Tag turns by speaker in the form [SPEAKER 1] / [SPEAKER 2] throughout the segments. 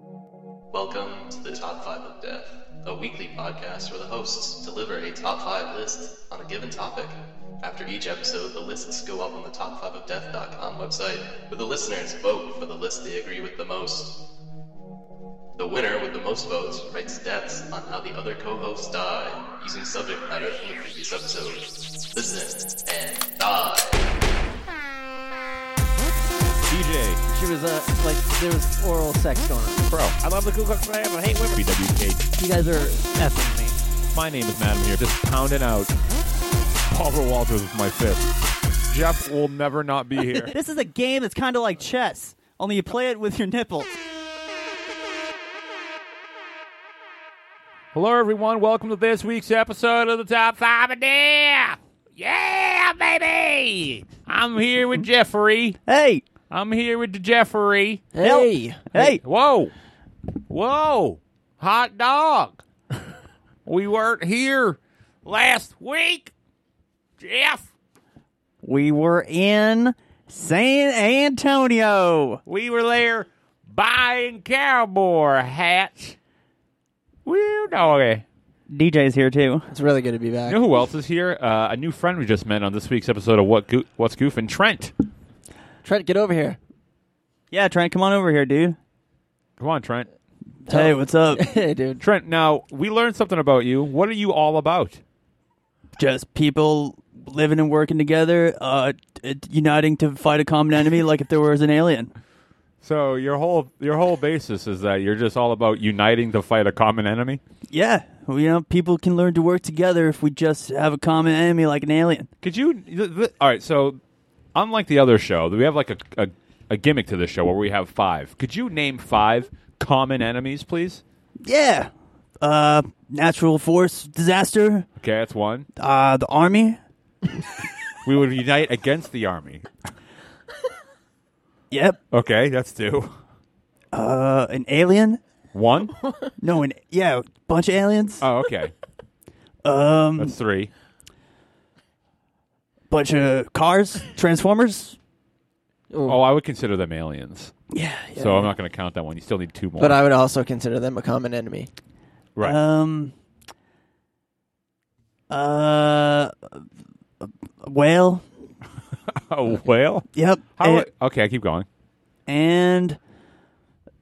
[SPEAKER 1] Welcome to the Top 5 of Death, a weekly podcast where the hosts deliver a top 5 list on a given topic. After each episode, the lists go up on the top5ofdeath.com website, where the listeners vote for the list they agree with the most. The winner with the most votes writes deaths on how the other co hosts die, using subject matter from the previous episode. Listen and die.
[SPEAKER 2] DJ.
[SPEAKER 3] She was uh, like there was oral sex going on.
[SPEAKER 2] Bro.
[SPEAKER 4] I love the Ku Klux Klan, but I hate women.
[SPEAKER 2] BWK.
[SPEAKER 3] You guys are effing me.
[SPEAKER 2] My name is Madam here, just pounding out Paul Walters with my fist. Jeff will never not be here.
[SPEAKER 3] This is a game that's kind of like chess, only you play it with your nipples.
[SPEAKER 4] Hello, everyone. Welcome to this week's episode of the Top Five of Death. Yeah, baby. I'm here with Jeffrey.
[SPEAKER 3] Hey,
[SPEAKER 4] I'm here with the Jeffrey.
[SPEAKER 3] hey, hey!
[SPEAKER 4] Whoa, whoa, hot dog. we weren't here last week, Jeff.
[SPEAKER 3] We were in San Antonio.
[SPEAKER 4] We were there buying cowboy hats. Woo, doggy.
[SPEAKER 3] DJ's here too.
[SPEAKER 5] It's really good to be back.
[SPEAKER 2] You know who else is here? Uh, a new friend we just met on this week's episode of What Go- What's Goofing, Trent.
[SPEAKER 5] Trent, get over here.
[SPEAKER 3] Yeah, Trent, come on over here, dude.
[SPEAKER 2] Come on, Trent.
[SPEAKER 3] Hey, what's up?
[SPEAKER 5] Hey, dude.
[SPEAKER 2] Trent, now we learned something about you. What are you all about?
[SPEAKER 3] Just people living and working together, uh, t- uniting to fight a common enemy, like if there was an alien.
[SPEAKER 2] So your whole your whole basis is that you're just all about uniting to fight a common enemy.
[SPEAKER 3] Yeah, well, you know, people can learn to work together if we just have a common enemy, like an alien.
[SPEAKER 2] Could you? Th- th- all right. So, unlike the other show, we have like a, a a gimmick to this show where we have five. Could you name five common enemies, please?
[SPEAKER 3] Yeah. Uh, natural force disaster.
[SPEAKER 2] Okay, that's one.
[SPEAKER 3] Uh, the army.
[SPEAKER 2] We would unite against the army.
[SPEAKER 3] Yep.
[SPEAKER 2] Okay, that's two.
[SPEAKER 3] Uh, an alien.
[SPEAKER 2] One.
[SPEAKER 3] No, an yeah, bunch of aliens.
[SPEAKER 2] Oh, okay.
[SPEAKER 3] um,
[SPEAKER 2] That's three.
[SPEAKER 3] bunch of cars, transformers.
[SPEAKER 2] Oh, I would consider them aliens.
[SPEAKER 3] Yeah. yeah.
[SPEAKER 2] So I'm not going to count that one. You still need two more.
[SPEAKER 5] But I would also consider them a common enemy.
[SPEAKER 2] right.
[SPEAKER 3] Um. Uh, a whale.
[SPEAKER 2] oh, well.
[SPEAKER 3] Yep.
[SPEAKER 2] How?
[SPEAKER 3] A-
[SPEAKER 2] okay, I keep going.
[SPEAKER 3] and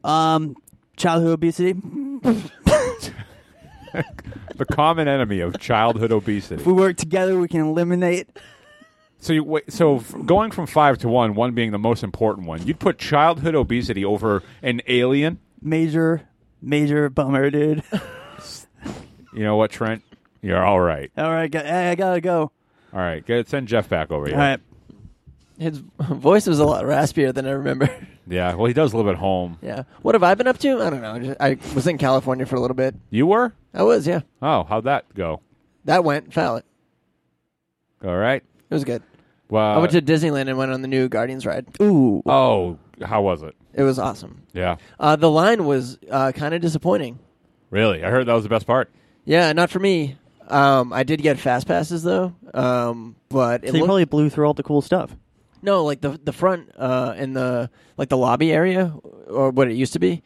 [SPEAKER 3] um, childhood obesity.
[SPEAKER 2] The common enemy of childhood obesity.
[SPEAKER 3] If we work together, we can eliminate.
[SPEAKER 2] So, you, wait, so f- going from five to one, one being the most important one, you'd put childhood obesity over an alien.
[SPEAKER 3] Major, major bummer, dude.
[SPEAKER 2] You know what, Trent? You're all right.
[SPEAKER 3] All right, gu- hey, I gotta go.
[SPEAKER 2] All right, good. Send Jeff back over here.
[SPEAKER 3] All right.
[SPEAKER 5] His voice was a lot raspier than I remember.
[SPEAKER 2] Yeah. Well, he does live at home.
[SPEAKER 5] yeah. What have I been up to? I don't know. I just- I was in California for a little bit.
[SPEAKER 2] You were?
[SPEAKER 5] I was, yeah.
[SPEAKER 2] Oh, how'd that go?
[SPEAKER 5] That went foul. It
[SPEAKER 2] All right.
[SPEAKER 5] was good.
[SPEAKER 2] Well.
[SPEAKER 5] I went to Disneyland and went on the new Guardians ride.
[SPEAKER 3] Ooh.
[SPEAKER 2] oh, how was it?
[SPEAKER 5] It was awesome.
[SPEAKER 2] Yeah.
[SPEAKER 5] Uh, the line was uh, kind of disappointing.
[SPEAKER 2] Really? I heard that was the best part.
[SPEAKER 5] Yeah, not for me. Um, I did get fast passes though, um, but it
[SPEAKER 3] So you
[SPEAKER 5] looked-
[SPEAKER 3] probably blew through all the cool stuff.
[SPEAKER 5] No, like the the front uh, and the like the lobby area or what it used to be.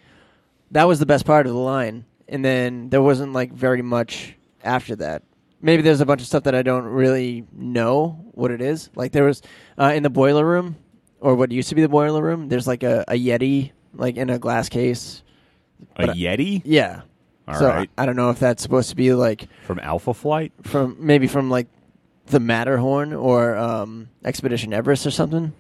[SPEAKER 5] That was the best part of the line, and then there wasn't like very much after that. Maybe there's a bunch of stuff that I don't really know what it is. Like there was uh, in the boiler room or what used to be the boiler room. There's like a, a yeti like in a glass case.
[SPEAKER 2] A
[SPEAKER 5] But I-
[SPEAKER 2] Yeti
[SPEAKER 5] Yeah.
[SPEAKER 2] All
[SPEAKER 5] so
[SPEAKER 2] right.
[SPEAKER 5] I, I don't know if that's supposed to be like
[SPEAKER 2] from Alpha Flight.
[SPEAKER 5] from maybe from like the Matterhorn or um, Expedition Everest or something.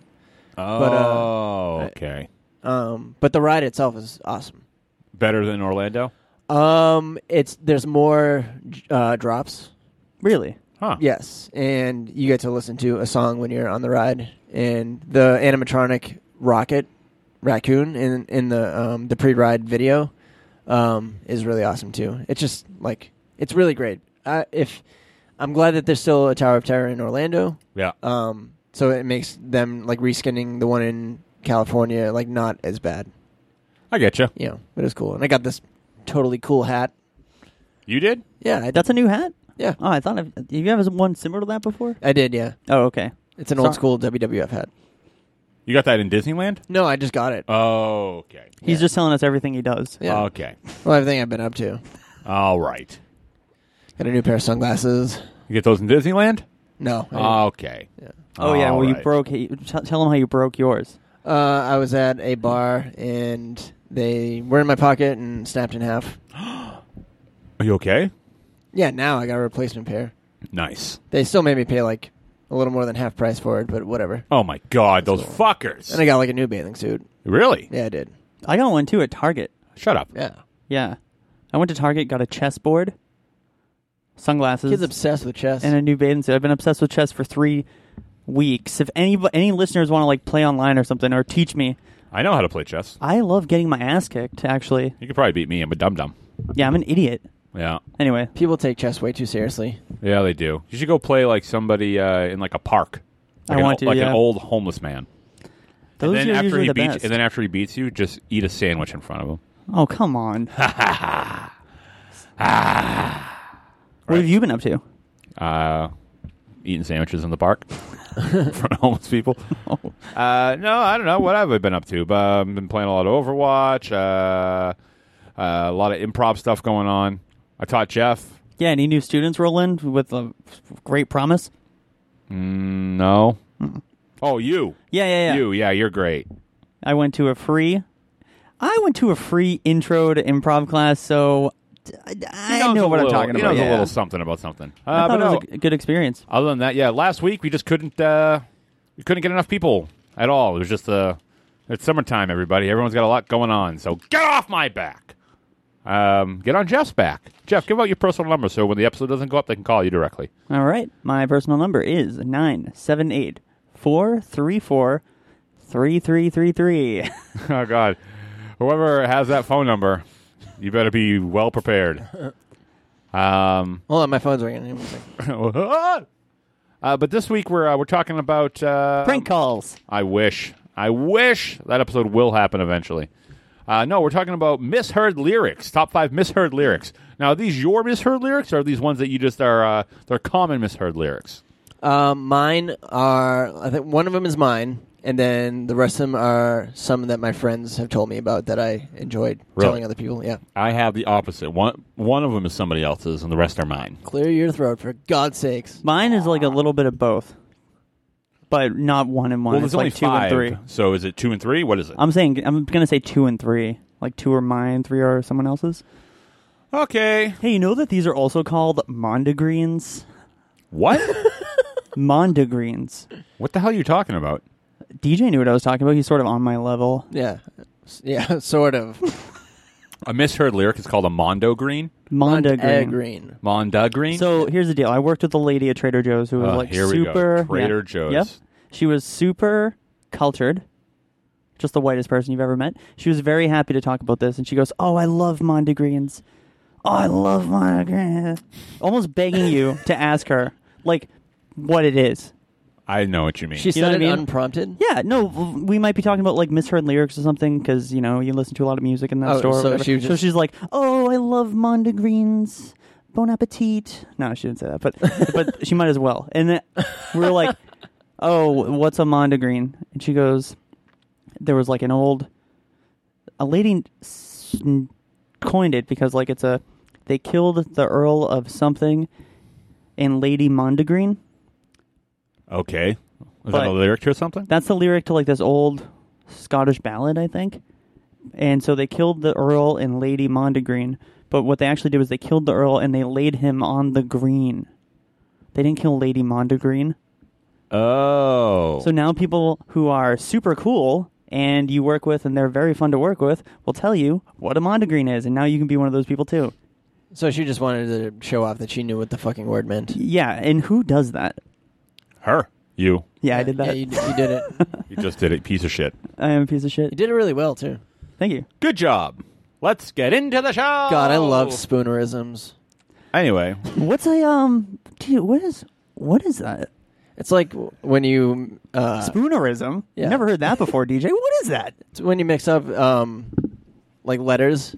[SPEAKER 2] Oh,
[SPEAKER 5] uh,
[SPEAKER 2] okay.
[SPEAKER 5] Um, but the ride itself is awesome.
[SPEAKER 2] Better than Orlando?
[SPEAKER 5] Um, it's there's more uh, drops.
[SPEAKER 3] Really?
[SPEAKER 2] Huh.
[SPEAKER 5] Yes, and you get to listen to a song when you're on the ride, and the animatronic rocket raccoon in in the um, the pre-ride video um, is really awesome too. It's just like it's really great. I, if I'm glad that there's still a Tower of Terror in Orlando,
[SPEAKER 2] Yeah.
[SPEAKER 5] um, so it makes them like reskinning the one in California like not as bad.
[SPEAKER 2] I get you.
[SPEAKER 5] you know, but it was cool. And I got this totally cool hat.
[SPEAKER 2] You did?
[SPEAKER 5] Yeah, I,
[SPEAKER 3] That's a new hat?
[SPEAKER 5] yeah,
[SPEAKER 3] Oh, I thought I've, you ever one similar to that before?
[SPEAKER 5] I did. Yeah,
[SPEAKER 3] Oh, okay.
[SPEAKER 5] it's an
[SPEAKER 3] Sorry.
[SPEAKER 5] old school WWF hat.
[SPEAKER 2] You got that in Disneyland?
[SPEAKER 5] No, I just got it.
[SPEAKER 3] Uh,
[SPEAKER 2] Oh, okay.
[SPEAKER 3] He's just telling us everything he does.
[SPEAKER 5] yeah.
[SPEAKER 2] Okay.
[SPEAKER 5] Well, everything I've been up to.
[SPEAKER 2] All right.
[SPEAKER 5] Got a new pair of sunglasses.
[SPEAKER 2] You get those in Disneyland?
[SPEAKER 5] No.
[SPEAKER 3] Uh,
[SPEAKER 5] I didn't.
[SPEAKER 2] Okay.
[SPEAKER 3] Oh yeah,
[SPEAKER 2] All
[SPEAKER 3] well you
[SPEAKER 2] right.
[SPEAKER 3] broke. He, t- tell him how you broke yours.
[SPEAKER 5] Uh, I was at a bar and they were in my pocket and snapped in half.
[SPEAKER 2] Are you okay?
[SPEAKER 5] Yeah, now I got a replacement pair.
[SPEAKER 2] Nice.
[SPEAKER 5] They still made me pay like a little more than half price for it, but whatever.
[SPEAKER 2] Oh my god, those fuckers.
[SPEAKER 5] And I got like a new bathing suit.
[SPEAKER 2] really?
[SPEAKER 5] Yeah, I did.
[SPEAKER 3] I got one too at Target.
[SPEAKER 2] Shut up.
[SPEAKER 5] Yeah.
[SPEAKER 3] Yeah, I went to Target, got a chessboard, sunglasses,
[SPEAKER 5] Kids obsessed with chess.
[SPEAKER 3] and a new bathing suit. I've been obsessed with chess for three weeks. If any any listeners want to like play online or something or teach me,
[SPEAKER 2] I know how to play chess.
[SPEAKER 3] I love getting my ass kicked. Actually,
[SPEAKER 2] You could probably beat me. I'm a dum dum.
[SPEAKER 3] yeah, I'm an idiot.
[SPEAKER 2] Yeah.
[SPEAKER 3] Anyway,
[SPEAKER 5] People take chess way too seriously.
[SPEAKER 2] Yeah, they do. You should go play like somebody uh, in like a park.
[SPEAKER 3] I
[SPEAKER 2] Like an,
[SPEAKER 3] want to,
[SPEAKER 2] Like an
[SPEAKER 3] yeah.
[SPEAKER 2] old homeless man.
[SPEAKER 3] those
[SPEAKER 2] and then
[SPEAKER 3] are
[SPEAKER 2] after
[SPEAKER 3] usually
[SPEAKER 2] he
[SPEAKER 3] the
[SPEAKER 2] beats,
[SPEAKER 3] best.
[SPEAKER 2] and then after he beats you, just eat a sandwich in front of him.
[SPEAKER 3] oh come on. What have you been up to?
[SPEAKER 2] Uh, eating sandwiches in the park in front of homeless people. Uh, no, I don't know what have I been up to. But I've been playing a lot of Overwatch. Uh, uh, a lot of improv stuff going on. I taught Jeff.
[SPEAKER 3] Yeah, any new students roll in with a great promise?
[SPEAKER 2] No. Oh, you.
[SPEAKER 3] Yeah, yeah, yeah.
[SPEAKER 2] You. Yeah, you're great.
[SPEAKER 3] I went to a free. I went to a free intro to improv class, so I, I
[SPEAKER 2] He knows
[SPEAKER 3] know
[SPEAKER 2] a
[SPEAKER 3] what
[SPEAKER 2] little-
[SPEAKER 3] I'm talking
[SPEAKER 2] He
[SPEAKER 3] about.
[SPEAKER 2] knows a
[SPEAKER 3] yeah.
[SPEAKER 2] little something about something. Uh, but
[SPEAKER 3] I thought it
[SPEAKER 2] no,
[SPEAKER 3] was a g- good experience.
[SPEAKER 2] other than that, yeah. Last week we just couldn't. Uh, we couldn't get enough people at all. It was just uh, it's summertime. Everybody, everyone's got a lot going on. So get off my back. Um, get on Jeff's back. Jeff, give out your personal number so when the episode doesn't go up, they can call you directly.
[SPEAKER 3] All right, my personal number is nine seven eight four three four three three three three.
[SPEAKER 2] oh God, whoever has that phone number, you better be well prepared. Um,
[SPEAKER 5] Hold on, my phone's ringing. Give me a sec.
[SPEAKER 2] uh, but this week we're uh, we're talking about uh,
[SPEAKER 3] Prank calls.
[SPEAKER 2] I wish, I wish that episode will happen eventually. Uh, no, we're talking about misheard lyrics. Top five misheard lyrics. Now, are these your misheard lyrics, or are these ones that you just are? Uh, they're common misheard lyrics.
[SPEAKER 5] Um, mine are. I think one of them is mine, and then the rest of them are some that my friends have told me about that I enjoyed
[SPEAKER 2] Really?
[SPEAKER 5] telling other people. Yeah,
[SPEAKER 2] I have the opposite. One one of them is somebody else's, and the rest are mine.
[SPEAKER 5] clear your throat for God's sakes.
[SPEAKER 3] Mine is like a little bit of both, but not one and one.
[SPEAKER 2] Well,
[SPEAKER 3] it's
[SPEAKER 2] there's only
[SPEAKER 3] like two
[SPEAKER 2] five.
[SPEAKER 3] and three.
[SPEAKER 2] So is it two and three? What is it?
[SPEAKER 3] I'm saying I'm gonna say two and three. Like two are mine, three are someone else's.
[SPEAKER 2] okay.
[SPEAKER 3] Hey, you know that these are also called mondegreens?
[SPEAKER 2] What?
[SPEAKER 3] Mondegreens.
[SPEAKER 2] what the hell are you talking about?
[SPEAKER 3] DJ knew what I was talking about. He's sort of on my level.
[SPEAKER 5] Yeah, S- yeah, sort of.
[SPEAKER 2] A misheard lyric is called a mondo green.
[SPEAKER 5] Monda
[SPEAKER 3] Mondegreen.
[SPEAKER 5] green.
[SPEAKER 2] Mondo green.
[SPEAKER 3] So here's the deal. I worked with a lady at Trader Joe's who was
[SPEAKER 2] Oh,
[SPEAKER 3] like
[SPEAKER 2] here we go.
[SPEAKER 3] super
[SPEAKER 2] Trader
[SPEAKER 3] yeah.
[SPEAKER 2] Joe's.
[SPEAKER 3] Yep. She was super cultured. Just the whitest person you've ever met. She was very happy to talk about this and she goes, Oh, I love Mondegreens. Oh, I love Mondegreens. Almost begging you to ask her like what it is.
[SPEAKER 2] I know what you mean.
[SPEAKER 5] She
[SPEAKER 3] know
[SPEAKER 5] said
[SPEAKER 3] what
[SPEAKER 5] it
[SPEAKER 3] I mean?
[SPEAKER 5] unprompted.
[SPEAKER 3] Yeah, no, w- we might be talking about like misheard lyrics or something because you know you listen to a lot of music in that
[SPEAKER 5] Oh,
[SPEAKER 3] store. or
[SPEAKER 5] so
[SPEAKER 3] whatever.
[SPEAKER 5] she was
[SPEAKER 3] so
[SPEAKER 5] just-
[SPEAKER 3] she's like, "Oh, I love mondegreens. Bon appetit." No, she didn't say that, but but she might as well. And then we are like, "Oh, what's a mondegreen?" And she goes, "There was like an old a lady s- coined it because like it's a they killed the Earl of something and Lady Mondegreen."
[SPEAKER 2] Okay. Is that
[SPEAKER 3] But-
[SPEAKER 2] a lyric to something?
[SPEAKER 3] That's the lyric to like this old Scottish ballad, I think. And so they killed the Earl and Lady Mondegreen. But what they actually did was they killed the Earl and they laid him on the green. They didn't kill Lady Mondegreen.
[SPEAKER 2] Oh.
[SPEAKER 3] So now people who are super cool and you work with and they're very fun to work with will tell you what a Mondegreen is. And now you can be one of those people too.
[SPEAKER 5] So she just wanted to show off that she knew what the fucking word meant.
[SPEAKER 3] Yeah. And who does that?
[SPEAKER 2] Her. You.
[SPEAKER 3] Yeah, I did that.
[SPEAKER 5] Yeah, you, you did it.
[SPEAKER 2] You just did it, piece of shit.
[SPEAKER 3] I am a piece of shit.
[SPEAKER 5] You did it really well too.
[SPEAKER 3] Thank you.
[SPEAKER 2] Good job. Let's get into the show.
[SPEAKER 5] God, I love
[SPEAKER 2] Oh.
[SPEAKER 5] spoonerisms.
[SPEAKER 2] Anyway,
[SPEAKER 3] What's a, um, dude, what is, what is that?
[SPEAKER 5] It's like when you uh,
[SPEAKER 3] Spoonerism?
[SPEAKER 5] Yeah.
[SPEAKER 3] Never heard that before, DJ. What is that?
[SPEAKER 5] It's when you mix up um, like letters.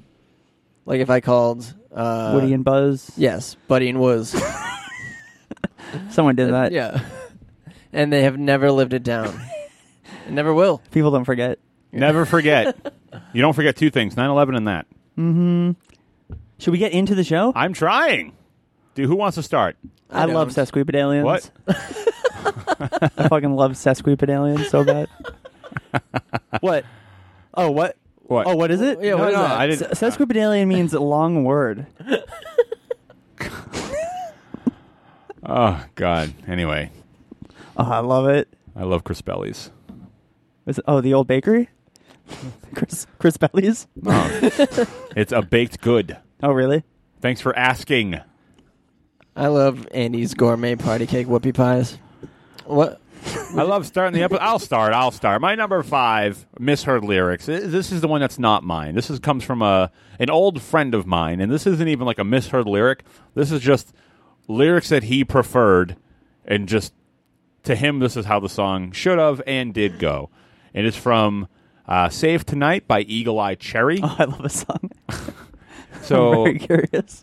[SPEAKER 5] Like if I called uh,
[SPEAKER 3] Woody and Buzz.
[SPEAKER 5] yes, Buddy and Wooz.
[SPEAKER 3] Someone did that.
[SPEAKER 5] yeah, and they have never lived it down. It never will.
[SPEAKER 3] People don't forget.
[SPEAKER 2] Never forget. you don't forget two things 9 11 and that.
[SPEAKER 3] Should we get into the show?
[SPEAKER 2] I'm trying. Dude, who wants to start?
[SPEAKER 3] I, love
[SPEAKER 5] don't.
[SPEAKER 3] sesquipedalians.
[SPEAKER 2] What?
[SPEAKER 3] I fucking love sesquipedalians so bad. what? Oh, what?
[SPEAKER 2] What?
[SPEAKER 3] Oh, what is it?
[SPEAKER 5] Yeah, what is
[SPEAKER 2] no,
[SPEAKER 5] that?
[SPEAKER 2] I
[SPEAKER 3] S-
[SPEAKER 2] didn't.
[SPEAKER 3] sesquipedalian means long word.
[SPEAKER 2] Oh, God. Anyway,
[SPEAKER 3] Oh, I love it.
[SPEAKER 2] I love Crispelli's.
[SPEAKER 3] Is it- oh, the old bakery? Chris, Chris Bellies?
[SPEAKER 2] It's a baked good.
[SPEAKER 3] Oh, really?
[SPEAKER 2] Thanks for asking.
[SPEAKER 5] I love Andy's gourmet party cake whoopie pies. What?
[SPEAKER 2] I love starting the episode. I'll start. I'll start. My number five, misheard lyrics. I- This is the one that's not mine. This is comes from a an old friend of mine, and this isn't even like a misheard lyric. This is just lyrics that he preferred, and just to him, this is how the song should have and did go. It is from uh, "Save Tonight" by Eagle Eye Cherry.
[SPEAKER 3] Oh, I love a song. I'm
[SPEAKER 2] So
[SPEAKER 3] very curious.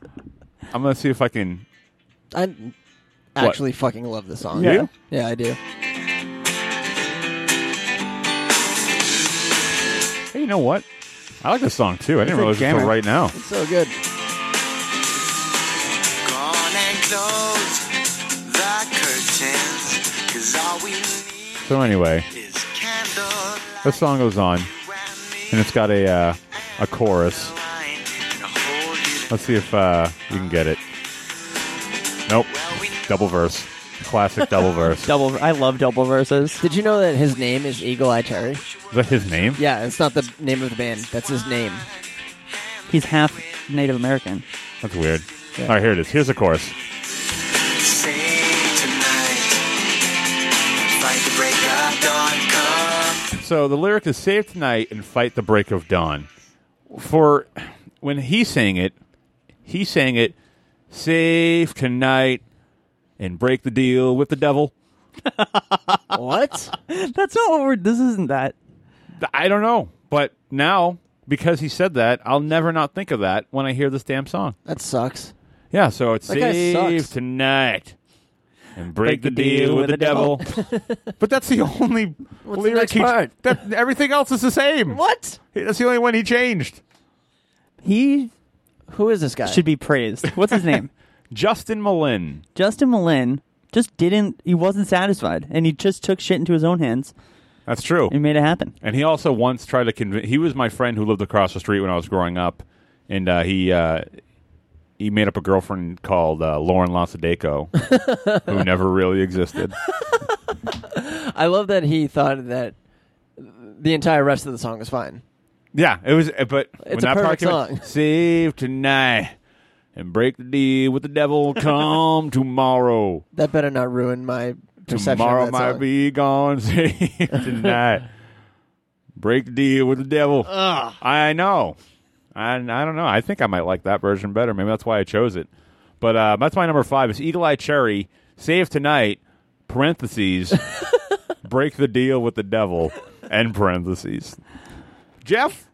[SPEAKER 2] I'm gonna see if I can.
[SPEAKER 5] I actually fucking love this song.
[SPEAKER 2] Yeah?
[SPEAKER 5] Yeah, I do.
[SPEAKER 2] Hey, you know what? I like this song too. I didn't
[SPEAKER 3] a
[SPEAKER 2] realize it
[SPEAKER 3] jammer.
[SPEAKER 2] until right now.
[SPEAKER 5] It's so good.
[SPEAKER 6] Gone and close the curtains, 'cause all we need
[SPEAKER 2] So anyway,
[SPEAKER 6] is candlelight
[SPEAKER 2] this song goes on, and it's got a uh, a chorus.
[SPEAKER 6] wine and a whole unit.
[SPEAKER 2] Let's see if uh, you can get it. Nope.
[SPEAKER 6] Well, we
[SPEAKER 2] Double verse. Classic double verse. Is
[SPEAKER 3] Double. I love double verses.
[SPEAKER 5] Did you know that his name is Eagle Eye Cherry?
[SPEAKER 2] that his name?
[SPEAKER 5] Yeah, it's not the name of the band. That's his name.
[SPEAKER 3] He's half Native American.
[SPEAKER 2] That's weird. All right, here it is. Here's the chorus.
[SPEAKER 6] say tonight, fight the break of dawn, come.
[SPEAKER 2] So the lyric is "Save tonight and fight the break of dawn." For when he sang it, he sang it "Save tonight and break the deal with the devil."
[SPEAKER 5] What?
[SPEAKER 3] That's not what we're. This isn't that.
[SPEAKER 2] Th- I don't know, but now because he said that, I'll never not think of that when I hear this damn song.
[SPEAKER 5] That sucks.
[SPEAKER 2] Yeah, so it's
[SPEAKER 5] guy
[SPEAKER 2] save
[SPEAKER 5] sucks.
[SPEAKER 2] tonight and break, the deal, with the devil. but that's the only
[SPEAKER 5] What's the
[SPEAKER 2] lyric.
[SPEAKER 5] next
[SPEAKER 2] he,
[SPEAKER 5] part?
[SPEAKER 2] That, everything else is the same.
[SPEAKER 5] What?
[SPEAKER 2] That's the only one he changed.
[SPEAKER 3] He
[SPEAKER 5] Who is this guy?
[SPEAKER 3] should be praised. What's his name?
[SPEAKER 2] Justin Malin.
[SPEAKER 3] Justin Malin just didn't. He wasn't satisfied, and he just took shit into his own hands
[SPEAKER 2] That's true.
[SPEAKER 3] and made it happen.
[SPEAKER 2] And he also once tried to convince. He was my friend who lived across the street when I was growing up, and uh, he uh, he made up a girlfriend called uh, Lauren Lasadeco, who never really existed.
[SPEAKER 5] I love that he thought that the entire rest of the song was fine.
[SPEAKER 2] Yeah, it was. uh, But when
[SPEAKER 5] a
[SPEAKER 2] that part
[SPEAKER 5] perfect
[SPEAKER 2] came in,
[SPEAKER 5] song.
[SPEAKER 2] save tonight and break the deal with the devil. Come tomorrow.
[SPEAKER 5] That better not ruin my perception
[SPEAKER 2] Tomorrow
[SPEAKER 5] of that
[SPEAKER 2] might
[SPEAKER 5] song.
[SPEAKER 2] be gone. Save tonight. break the deal with the devil. I know. I I don't know. I think I might like that version better. Maybe that's why I chose it. But uh, that's my number five. Is Eagle Eye Cherry save tonight? Parentheses. break the deal with the devil. End parentheses. Jeff.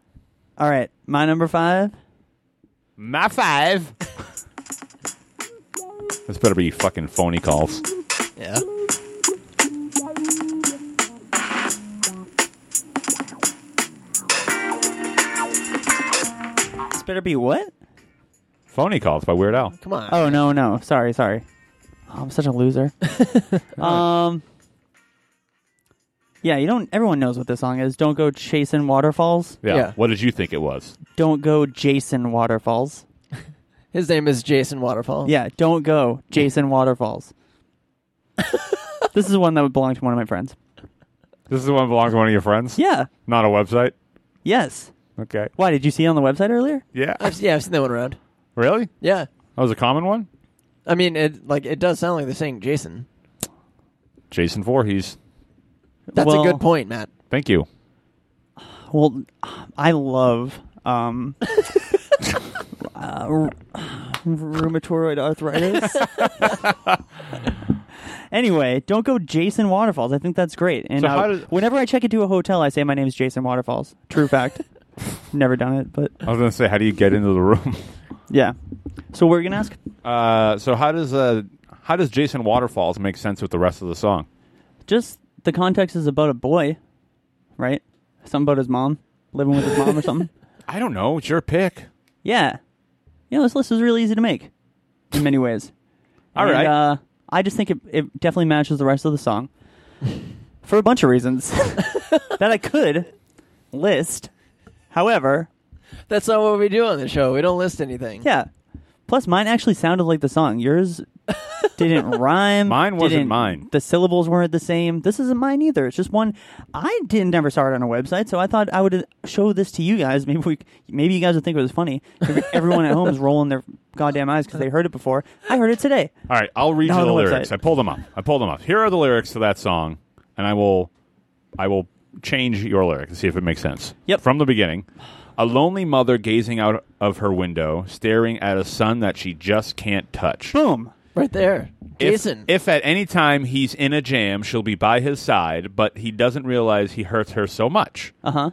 [SPEAKER 3] All right, my number five.
[SPEAKER 2] My five. this better be fucking phony calls.
[SPEAKER 5] Yeah.
[SPEAKER 3] This better be what?
[SPEAKER 2] Phony calls by Weird Al.
[SPEAKER 5] Come on.
[SPEAKER 3] Oh no, no, sorry, sorry. Oh, I'm such a loser. um, yeah, you don't. Everyone knows what this song is. Don't go chasing waterfalls.
[SPEAKER 2] Yeah.
[SPEAKER 5] Yeah.
[SPEAKER 2] What did you think it was?
[SPEAKER 3] Don't go Jason waterfalls.
[SPEAKER 5] His name is Jason Waterfall.
[SPEAKER 3] Yeah, don't go Jason waterfalls. this is one that would belong to one of my friends.
[SPEAKER 2] This is the one that belongs to one of your friends.
[SPEAKER 3] Yeah.
[SPEAKER 2] Not a website.
[SPEAKER 3] Yes.
[SPEAKER 2] Okay.
[SPEAKER 3] Why did you see it on the website earlier?
[SPEAKER 2] Yeah.
[SPEAKER 5] I've, yeah, I've seen that one around.
[SPEAKER 2] Really?
[SPEAKER 5] Yeah.
[SPEAKER 2] That was a common one.
[SPEAKER 5] I mean, it like it does sound like they're saying Jason.
[SPEAKER 2] Jason Voorhees.
[SPEAKER 5] That's
[SPEAKER 3] Well-
[SPEAKER 5] a good point, Matt.
[SPEAKER 2] Thank you.
[SPEAKER 3] Well, I love um, uh, r- rheumatoid arthritis. anyway, don't go Jason Waterfalls. I think that's great. And
[SPEAKER 2] So
[SPEAKER 3] uh,
[SPEAKER 2] how does-
[SPEAKER 3] whenever I check into a hotel, I say my name's Jason Waterfalls. True fact. Never done it, but
[SPEAKER 2] I was gonna say, how do you get into the room?
[SPEAKER 3] yeah. So we're gonna ask
[SPEAKER 2] Uh, so how does uh, how does Jason Waterfalls make sense with the rest of the song?
[SPEAKER 3] just the context is about a boy right? Something about his mom living with his mom or something.
[SPEAKER 2] I don't know. It's your pick.
[SPEAKER 3] Yeah, you know this list was really easy to make in many ways.
[SPEAKER 2] All
[SPEAKER 3] All right,
[SPEAKER 2] right.
[SPEAKER 3] uh, I just think it, it definitely matches the rest of the song for a bunch of reasons that I could list. However,
[SPEAKER 5] That's not what we do on the show. We don't list anything.
[SPEAKER 3] yeah. Plus, mine actually sounded like the song. Yours didn't rhyme.
[SPEAKER 2] Mine wasn't
[SPEAKER 3] didn't-
[SPEAKER 2] mine.
[SPEAKER 3] The syllables weren't the same. This isn't mine either. It's just one. I didn't never saw it on a website, so I thought I would show this to you guys. Maybe we, maybe you guys would think it was funny. Everyone at home is rolling their goddamn eyes because they heard it before. I heard it today.
[SPEAKER 2] All right, I'll read
[SPEAKER 3] No,
[SPEAKER 2] you the
[SPEAKER 3] on the
[SPEAKER 2] lyrics.
[SPEAKER 3] website.
[SPEAKER 2] I pulled them up. I pulled them up. Here are the lyrics to that song, and I will, I will change your lyric to see if it makes sense.
[SPEAKER 3] Yep.
[SPEAKER 2] From the beginning, a lonely mother gazing out of her window, staring at a son that she just can't touch.
[SPEAKER 3] Boom.
[SPEAKER 5] Right there.
[SPEAKER 2] If-
[SPEAKER 5] Jason.
[SPEAKER 2] If, at any time he's in a jam, she'll be by his side, but he doesn't realize he hurts her so much.
[SPEAKER 3] Uh huh.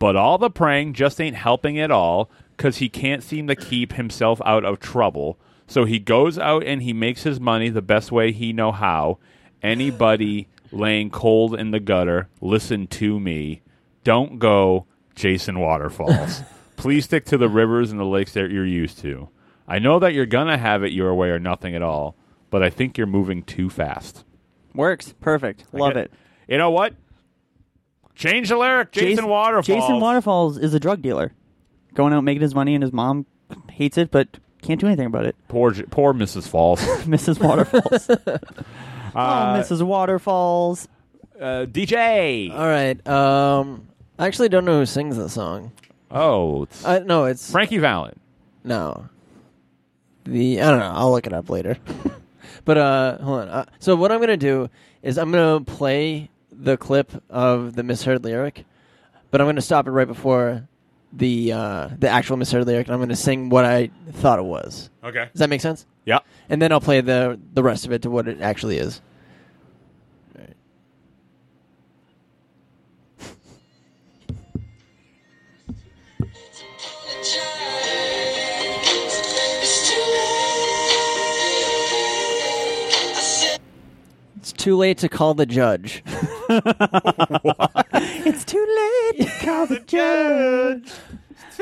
[SPEAKER 2] But all the praying just ain't helping at all because he can't seem to keep himself out of trouble. So he goes out and he makes his money the best way he know how. Anybody laying cold in the gutter, listen to me. Don't go, Jason Waterfalls. Please stick to the rivers and the lakes that you're used to. I know that you're gonna have it your way or nothing at all, but I think you're moving too fast.
[SPEAKER 3] Works. Perfect. Love
[SPEAKER 2] get-
[SPEAKER 3] it.
[SPEAKER 2] You know what? Change the lyric, Jason, Waterfalls.
[SPEAKER 3] Jason Waterfalls is a drug dealer, going out making his money, and his mom hates it, but can't do anything about it.
[SPEAKER 2] Poor, J- poor Mrs. Falls.
[SPEAKER 3] Mrs. Waterfalls. oh, Mrs. Waterfalls.
[SPEAKER 2] Uh, DJ.
[SPEAKER 5] All right. Um, I actually don't know who sings the song.
[SPEAKER 2] oh, it's
[SPEAKER 5] I no, it's
[SPEAKER 2] Frankie Vallon.
[SPEAKER 5] no. The I don't know. I'll look it up later. but uh, hold on. Uh, so what I'm gonna do is I'm gonna play the clip of the misheard lyric, but I'm gonna stop it right before the uh, the actual misheard lyric, and I'm gonna sing what I thought it was.
[SPEAKER 2] Okay.
[SPEAKER 5] Does that make sense?
[SPEAKER 2] Yeah.
[SPEAKER 5] And then I'll play the the rest of it to what it actually is. It's too late to call the judge.
[SPEAKER 3] It's too late to call the judge.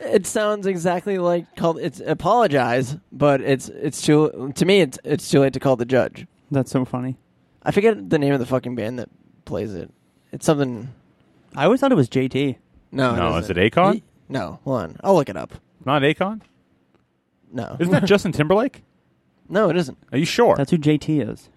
[SPEAKER 5] it sounds exactly like call. It's apologize, but it's it's too to me. It's it's too late to call the judge.
[SPEAKER 3] That's so funny.
[SPEAKER 5] I forget the name of the fucking band that plays it. It's something.
[SPEAKER 3] I always thought it was JT.
[SPEAKER 5] No,
[SPEAKER 2] No, is
[SPEAKER 5] isn't.
[SPEAKER 2] it Akon?
[SPEAKER 5] Ye- No, hold on. I'll look it up.
[SPEAKER 2] Not Akon?
[SPEAKER 5] No,
[SPEAKER 2] Isn't that Justin Timberlake?
[SPEAKER 5] no, it isn't.
[SPEAKER 2] Are you sure?
[SPEAKER 3] That's who JT is.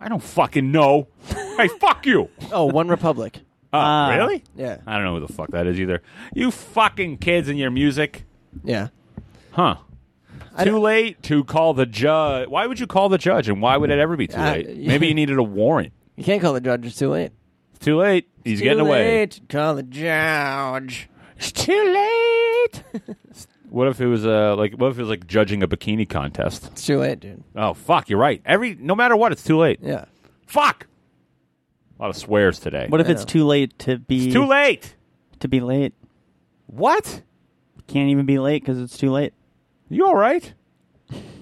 [SPEAKER 2] I don't fucking know. hey, fuck you.
[SPEAKER 5] Oh, One Republic.
[SPEAKER 2] Oh,
[SPEAKER 3] Ah.
[SPEAKER 2] really?
[SPEAKER 5] Yeah,
[SPEAKER 2] I don't know who the fuck that is either. You fucking kids and your music.
[SPEAKER 5] yeah.
[SPEAKER 2] Huh. Too late to call the judge. Why would you call the judge and why would it ever be too
[SPEAKER 5] Uh,
[SPEAKER 2] late?
[SPEAKER 5] yeah.
[SPEAKER 2] Maybe you needed a warrant.
[SPEAKER 5] You can't call the judge. It's too late.
[SPEAKER 2] It's too late. He's getting
[SPEAKER 5] too
[SPEAKER 2] away.
[SPEAKER 5] Late to call the judge.
[SPEAKER 2] It's too late. what if it was uh, like what if it was like judging a bikini contest?
[SPEAKER 5] It's too late, dude.
[SPEAKER 2] Oh fuck, you're right. Every no matter what, it's too late.
[SPEAKER 5] Yeah.
[SPEAKER 2] Fuck. A lot of swears today.
[SPEAKER 3] What if
[SPEAKER 5] I
[SPEAKER 3] it's
[SPEAKER 5] know.
[SPEAKER 3] too late to be
[SPEAKER 2] It's too late.
[SPEAKER 3] to be late?
[SPEAKER 2] What?
[SPEAKER 3] Can't even be late because it's too late.
[SPEAKER 2] You all right?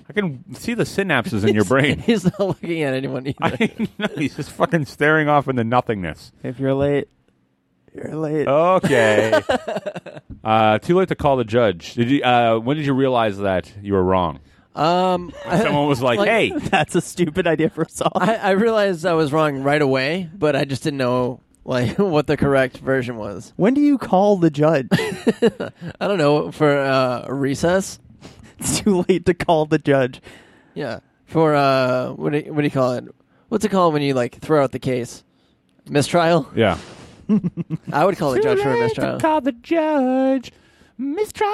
[SPEAKER 2] I can see the synapses in your brain.
[SPEAKER 5] He's not looking at anyone either.
[SPEAKER 2] I know he's just fucking staring off into nothingness.
[SPEAKER 3] If you're late, you're late.
[SPEAKER 2] Okay. uh, too late to call the judge. Did you? Uh, when did you realize that you were wrong?
[SPEAKER 5] Um, I,
[SPEAKER 2] Someone was like,
[SPEAKER 5] Like-
[SPEAKER 2] "Hey,
[SPEAKER 3] That's a stupid idea for a song.
[SPEAKER 5] I, I realized I was wrong right away, but I just didn't know like what the correct version was.
[SPEAKER 3] when do you call the judge?
[SPEAKER 5] I don't know for uh, recess.
[SPEAKER 3] it's too late to call the judge.
[SPEAKER 5] Yeah, for uh, what do you, what do you call it? What's it called when you like throw out the case? Mistrial.
[SPEAKER 2] yeah,
[SPEAKER 5] I would call the judge for a mistrial.
[SPEAKER 2] call the judge, mistrial."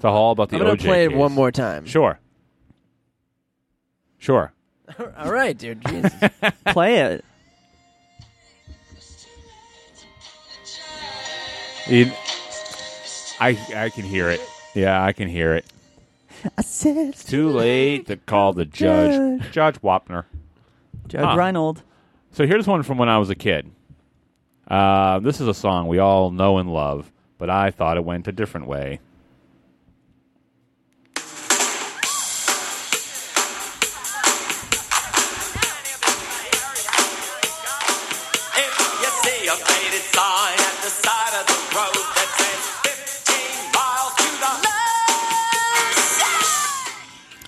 [SPEAKER 2] it's all about the
[SPEAKER 5] I'm gonna
[SPEAKER 2] OJ
[SPEAKER 5] play it
[SPEAKER 2] case.
[SPEAKER 5] one more time.
[SPEAKER 2] Sure. Sure.
[SPEAKER 5] All right, dude. Jesus.
[SPEAKER 3] Play it.
[SPEAKER 2] It- I I can hear it. Yeah, I can hear it.
[SPEAKER 3] I said,
[SPEAKER 2] Too late to call the judge. Judge Wapner.
[SPEAKER 3] Judge
[SPEAKER 2] Huh.
[SPEAKER 3] Reinhold.
[SPEAKER 2] So here's one from when I was a kid. Uh, this is a song we all know and love, but I thought it went a different way.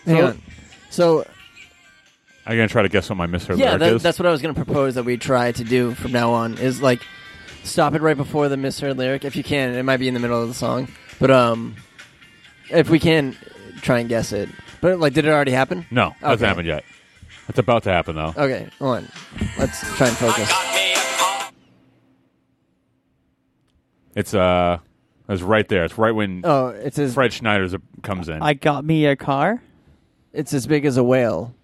[SPEAKER 5] Hang on. So
[SPEAKER 2] I'm gonna try to guess what my Miss Her
[SPEAKER 5] yeah,
[SPEAKER 2] lyric
[SPEAKER 5] that,
[SPEAKER 2] is.
[SPEAKER 5] that's what I was going to propose that we try to do from now on is like stop it right before the misheard lyric if you can. It might be in the middle of the song, but um, if we can, try and guess it. But like, did it already happen?
[SPEAKER 2] no, hasn't
[SPEAKER 5] Okay. Oh.
[SPEAKER 2] happened yet. It's about to happen though.
[SPEAKER 5] Okay, hold on. Let's try and focus.
[SPEAKER 2] It's uh, it's right there. It's right when
[SPEAKER 5] Oh, it's as
[SPEAKER 2] Fred Schneider's comes in.
[SPEAKER 3] I got me a car.
[SPEAKER 5] it's as big as a whale.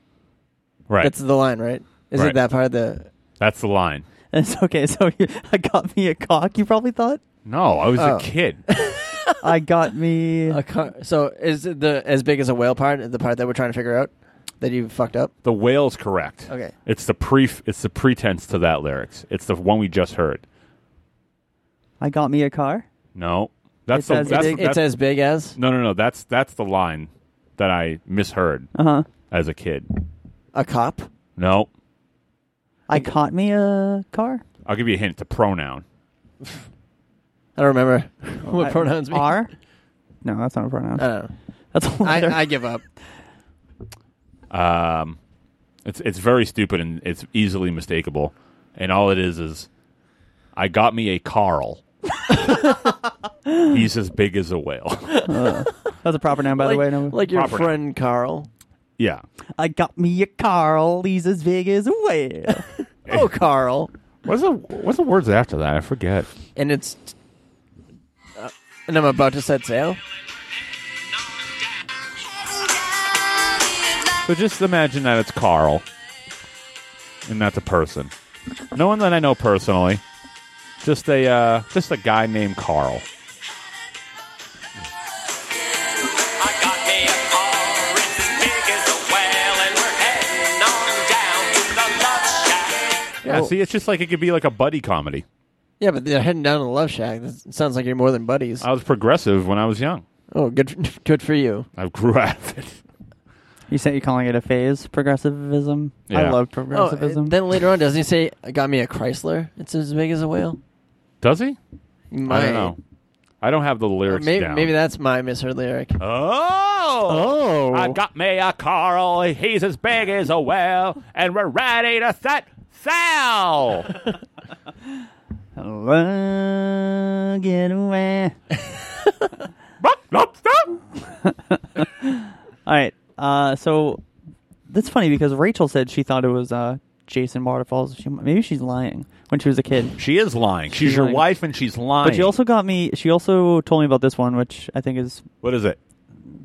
[SPEAKER 2] right,
[SPEAKER 5] That's the line, right? Is
[SPEAKER 2] Right.
[SPEAKER 5] it that part of the?
[SPEAKER 2] that's the line.
[SPEAKER 3] It's okay. So you, I got me a cock. You probably thought
[SPEAKER 2] No, I was
[SPEAKER 5] Oh.
[SPEAKER 2] a kid.
[SPEAKER 3] I got me.
[SPEAKER 5] A car, so is it the as big as a whale part the part that we're trying to figure out that you fucked up?
[SPEAKER 2] The whale's correct.
[SPEAKER 5] Okay.
[SPEAKER 2] It's the pre. It's the pretense to that lyrics. It's the one we just heard.
[SPEAKER 3] I got me a car.
[SPEAKER 2] No, that's
[SPEAKER 3] It
[SPEAKER 2] the.
[SPEAKER 3] says
[SPEAKER 2] That's,
[SPEAKER 3] big-
[SPEAKER 5] It's
[SPEAKER 2] that's,
[SPEAKER 5] as big as.
[SPEAKER 2] no, no, no. That's that's the line that I misheard
[SPEAKER 3] Uh huh.
[SPEAKER 2] as a kid.
[SPEAKER 5] A cop?
[SPEAKER 2] No,
[SPEAKER 3] I caught me a car.
[SPEAKER 2] I'll give you a hint. It's a pronoun.
[SPEAKER 5] I don't remember what
[SPEAKER 3] I-
[SPEAKER 5] pronouns mean.
[SPEAKER 3] Are? No, that's not a pronoun.
[SPEAKER 5] I don't know.
[SPEAKER 3] that's a
[SPEAKER 5] I,
[SPEAKER 3] letter.
[SPEAKER 5] I give up.
[SPEAKER 2] Um, it's it's very stupid and it's easily mistakable. And all it is is, I got me a Carl. He's as big as a whale.
[SPEAKER 3] that's a proper noun, by
[SPEAKER 5] like,
[SPEAKER 3] the way. No,
[SPEAKER 5] like your
[SPEAKER 2] Proper noun.
[SPEAKER 5] friend Carl.
[SPEAKER 2] yeah.
[SPEAKER 3] I got me a Carl. He's as big as a whale.
[SPEAKER 5] Oh, Carl.
[SPEAKER 2] What's the what's the words after that? I forget.
[SPEAKER 5] And it's. uh, and I'm about to set sail.
[SPEAKER 2] So just imagine that it's Carl, and that's a person. No one that I know personally. Just a uh, just a guy named Carl. Yeah,
[SPEAKER 5] Well-
[SPEAKER 2] see, it's just like it could be like a buddy comedy.
[SPEAKER 5] Yeah, but they're heading down to the Love Shack. That sounds like you're more than buddies.
[SPEAKER 2] I was progressive when I was young.
[SPEAKER 5] oh, good, good for you.
[SPEAKER 2] I grew out of it.
[SPEAKER 3] you said you're calling it a phase, progressivism. I
[SPEAKER 2] Yeah.
[SPEAKER 3] love
[SPEAKER 5] Oh,
[SPEAKER 3] progressivism.
[SPEAKER 5] and then later on, doesn't he say, "I got me a Chrysler"? It's as big as a whale.
[SPEAKER 2] Does he? I
[SPEAKER 5] My-
[SPEAKER 2] don't know. I don't have the lyrics
[SPEAKER 5] Maybe,
[SPEAKER 2] down.
[SPEAKER 5] maybe that's my misheard lyric.
[SPEAKER 3] Uh,
[SPEAKER 2] Oh!
[SPEAKER 3] Oh.
[SPEAKER 2] I got me a Carl. He's as big as a whale, and we're ready to set sail.
[SPEAKER 3] Hello, get away. All right. Uh, so that's funny because Rachel said she thought it was uh, Jason Waterfalls. She, maybe she's lying when she was a kid.
[SPEAKER 2] she is lying. She's,
[SPEAKER 3] She's
[SPEAKER 2] your
[SPEAKER 3] lying.
[SPEAKER 2] wife, and she's lying.
[SPEAKER 3] But she also got me. She also told me about this one, which I think is.
[SPEAKER 2] what is it?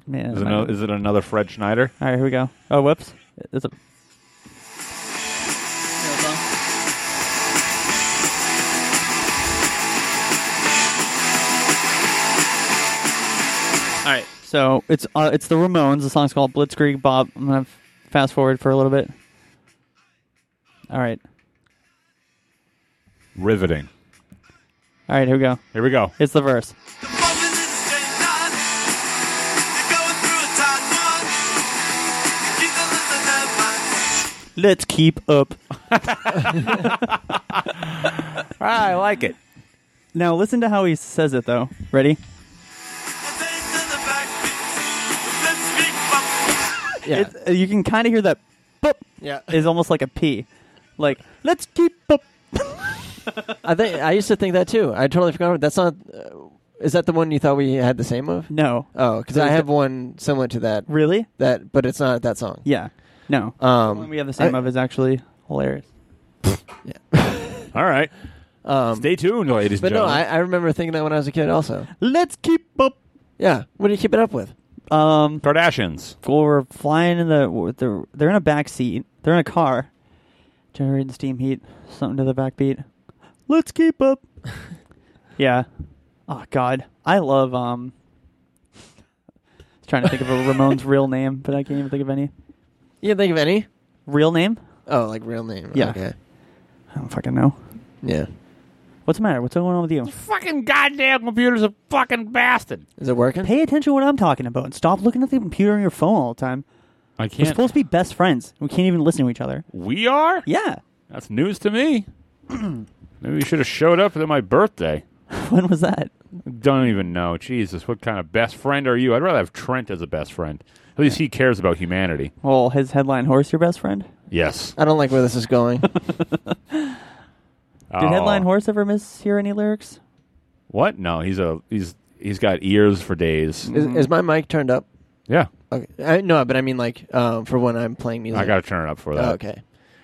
[SPEAKER 3] Man,
[SPEAKER 2] Is it,
[SPEAKER 3] my-
[SPEAKER 2] no, is it another Fred Schneider?
[SPEAKER 3] all right, here we go. Oh, whoops. It's a,
[SPEAKER 5] All right.
[SPEAKER 3] so it's uh, it's the Ramones. The song's called Blitzkrieg Bob. I'm gonna fast forward for a little bit. All right.
[SPEAKER 2] Riveting.
[SPEAKER 3] All right. Here we go.
[SPEAKER 2] Here we go.
[SPEAKER 3] It's the verse. Let's keep up.
[SPEAKER 2] I like it.
[SPEAKER 3] Now listen to how he says it though. Ready?
[SPEAKER 5] Yeah.
[SPEAKER 3] It's, uh, you can kind of hear that. Boop
[SPEAKER 5] yeah.
[SPEAKER 3] is almost like a P. Like let's keep up.
[SPEAKER 5] I think I used to think that too. I totally forgot. That's not. Uh, is that the one you thought we had the same of?
[SPEAKER 3] No.
[SPEAKER 2] Uh,
[SPEAKER 5] Oh, because I have one similar to that.
[SPEAKER 3] Really?
[SPEAKER 5] That, but it's not that song.
[SPEAKER 3] Yeah. No. The
[SPEAKER 5] Um,
[SPEAKER 3] one we have the same
[SPEAKER 5] I-
[SPEAKER 3] of is actually hilarious.
[SPEAKER 2] All right.
[SPEAKER 5] Um,
[SPEAKER 2] Stay tuned, ladies
[SPEAKER 5] but
[SPEAKER 2] and
[SPEAKER 5] no,
[SPEAKER 2] gentlemen.
[SPEAKER 5] I, I remember thinking that when I was a kid. Also,
[SPEAKER 3] Let's keep up.
[SPEAKER 5] yeah. What do you keep it up with?
[SPEAKER 3] Um,
[SPEAKER 2] Kardashians.
[SPEAKER 3] we're flying in the with the- they're in a back seat. They're in a car, generating steam heat. Something to the backbeat. Let's keep up. yeah. Oh God, I love um. I was trying to think of a Ramon's real name, but I can't even think of any
[SPEAKER 5] You can think of any?
[SPEAKER 3] real name.
[SPEAKER 5] Oh, like real name.
[SPEAKER 3] Yeah.
[SPEAKER 5] Okay.
[SPEAKER 3] I don't fucking know.
[SPEAKER 5] Yeah.
[SPEAKER 3] What's the matter? What's going on with you?
[SPEAKER 4] Fucking goddamn computer's a fucking bastard.
[SPEAKER 5] Is it working?
[SPEAKER 3] Pay attention to what I'm talking about and stop looking at the computer on your phone all the time.
[SPEAKER 2] I
[SPEAKER 3] We're
[SPEAKER 2] can't.
[SPEAKER 3] supposed to be best friends. We can't even listen to each other.
[SPEAKER 2] we are?
[SPEAKER 3] Yeah.
[SPEAKER 2] That's news to me. Maybe you should have showed up at my birthday.
[SPEAKER 3] When was that?
[SPEAKER 2] Don't even know. Jesus, what kind of best friend are you? I'd rather have Trent as a best friend. At least he cares about humanity.
[SPEAKER 3] Well, his headline horse, your best friend.
[SPEAKER 2] Yes.
[SPEAKER 5] I don't like where this is going.
[SPEAKER 3] Did headline
[SPEAKER 2] Oh.
[SPEAKER 3] horse ever mishear any lyrics?
[SPEAKER 2] What? No, he's a he's he's got ears for days.
[SPEAKER 5] is, is my mic turned up?
[SPEAKER 2] Yeah,
[SPEAKER 5] Okay. I, no, but I mean like um, for when I'm playing music.
[SPEAKER 2] I got to turn it up for that.
[SPEAKER 5] Oh, okay.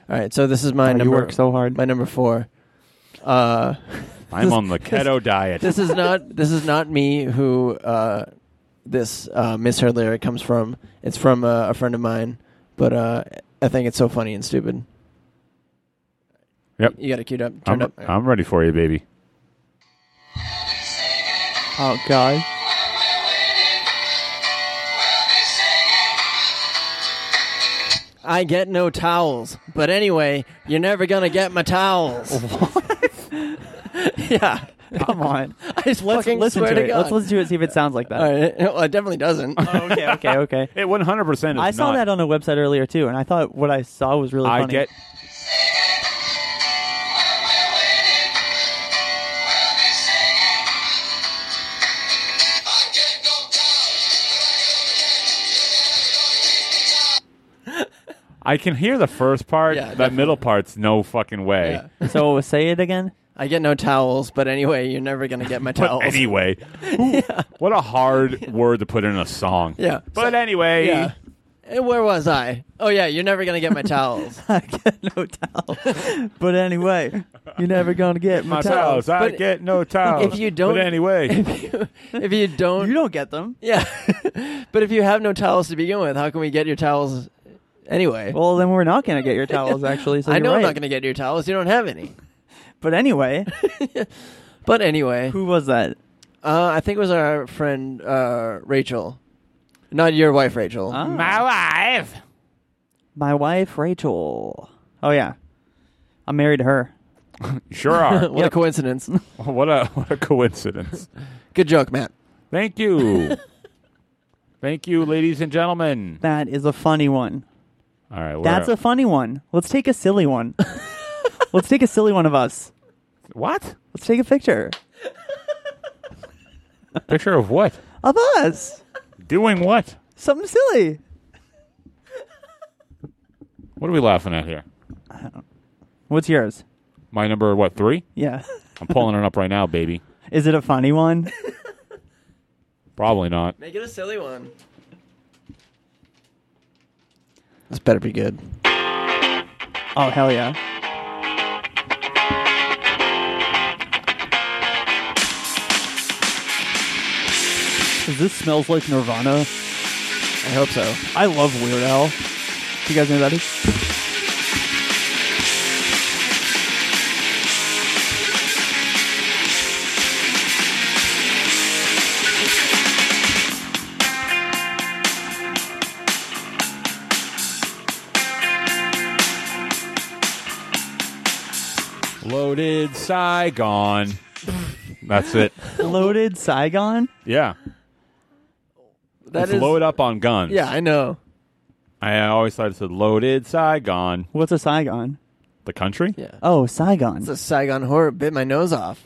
[SPEAKER 5] All right. So this is my
[SPEAKER 3] Oh,
[SPEAKER 5] number.
[SPEAKER 3] you work so hard.
[SPEAKER 5] My number four. Uh,
[SPEAKER 2] I'm on the keto diet.
[SPEAKER 5] this is not. This is not me. Who uh, this uh, misheard lyric comes from? It's from uh, a friend of mine. But uh, I think it's so funny and stupid.
[SPEAKER 2] Yep.
[SPEAKER 5] You got it queued up. Turned
[SPEAKER 2] I'm,
[SPEAKER 5] up.
[SPEAKER 2] I'm ready for you, baby.
[SPEAKER 3] Oh God.
[SPEAKER 5] I get no towels. But anyway, you're never gonna get my towels. yeah.
[SPEAKER 3] Come on.
[SPEAKER 5] I just
[SPEAKER 3] Let's
[SPEAKER 5] fucking
[SPEAKER 3] listen
[SPEAKER 5] swear
[SPEAKER 3] to,
[SPEAKER 5] to,
[SPEAKER 3] it.
[SPEAKER 5] God.
[SPEAKER 3] Let's listen to it. See if it sounds like that.
[SPEAKER 5] All right. Well, it definitely doesn't.
[SPEAKER 3] okay, okay, okay.
[SPEAKER 2] It 100 percent.
[SPEAKER 3] I saw that on a website earlier too, and I thought what I saw was really
[SPEAKER 2] I
[SPEAKER 3] funny.
[SPEAKER 2] get.
[SPEAKER 7] Oh,
[SPEAKER 2] I can hear the first part.
[SPEAKER 5] Yeah,
[SPEAKER 2] that
[SPEAKER 5] definitely.
[SPEAKER 2] middle part's no fucking way.
[SPEAKER 5] Yeah.
[SPEAKER 3] so say it again.
[SPEAKER 5] I get no towels, but anyway, you're never gonna get my
[SPEAKER 2] But
[SPEAKER 5] towels.
[SPEAKER 2] anyway, who- what a hard word to put in a song.
[SPEAKER 5] Yeah.
[SPEAKER 2] But anyway,
[SPEAKER 5] Yeah. And where was I? Oh yeah, you're never gonna get my towels.
[SPEAKER 3] I get no towel. but anyway, you're never gonna get my,
[SPEAKER 2] my
[SPEAKER 3] towels.
[SPEAKER 2] towels. I
[SPEAKER 5] But
[SPEAKER 2] get no towels.
[SPEAKER 5] if you don't-
[SPEAKER 2] But anyway,
[SPEAKER 5] if you don't,
[SPEAKER 3] You don't get them.
[SPEAKER 5] yeah. but if you have no towels to begin with, how can we get your towels anyway?
[SPEAKER 3] Well, then we're not gonna get your towels. Actually, so
[SPEAKER 5] I
[SPEAKER 3] you're
[SPEAKER 5] know I'm not
[SPEAKER 3] right.
[SPEAKER 5] gonna get your towels. You don't have any.
[SPEAKER 3] But anyway,
[SPEAKER 5] But anyway,
[SPEAKER 3] who was that?
[SPEAKER 5] uh, I think it was our friend uh, Rachel, not your wife Rachel.
[SPEAKER 3] Ah.
[SPEAKER 4] My wife.
[SPEAKER 3] My wife, Rachel. Oh yeah, I'm married to her.
[SPEAKER 2] you sure are.
[SPEAKER 5] What a coincidence.
[SPEAKER 2] what a what a coincidence.
[SPEAKER 5] Good joke, Matt.
[SPEAKER 2] Thank you. Thank you, ladies and gentlemen.
[SPEAKER 3] That is a funny one.
[SPEAKER 2] All right,
[SPEAKER 3] That's a funny one. Let's take a silly one. Let's take a silly one of us.
[SPEAKER 2] what
[SPEAKER 3] Let's take a picture
[SPEAKER 2] picture of what?
[SPEAKER 3] of us.
[SPEAKER 2] Doing what?
[SPEAKER 3] Something silly.
[SPEAKER 2] What are we laughing at here?
[SPEAKER 3] What's yours?
[SPEAKER 2] My number what three?
[SPEAKER 3] Yeah.
[SPEAKER 2] I'm pulling it up right now, baby.
[SPEAKER 3] Is it a funny one?
[SPEAKER 2] Probably not.
[SPEAKER 5] Make it a silly one. This better be good.
[SPEAKER 3] Oh hell yeah. This smells like Nirvana.
[SPEAKER 5] I hope so.
[SPEAKER 3] I love Weird Al. Do you guys know who that is?
[SPEAKER 2] Loaded Saigon. That's it.
[SPEAKER 3] Loaded Saigon.
[SPEAKER 2] Yeah,
[SPEAKER 5] That
[SPEAKER 2] it's load up on guns.
[SPEAKER 5] Yeah, I know.
[SPEAKER 2] I always thought it said loaded Saigon,
[SPEAKER 3] What's a Saigon?
[SPEAKER 2] the country.
[SPEAKER 5] Yeah.
[SPEAKER 3] Oh, Saigon.
[SPEAKER 5] The Saigon horror bit my nose off.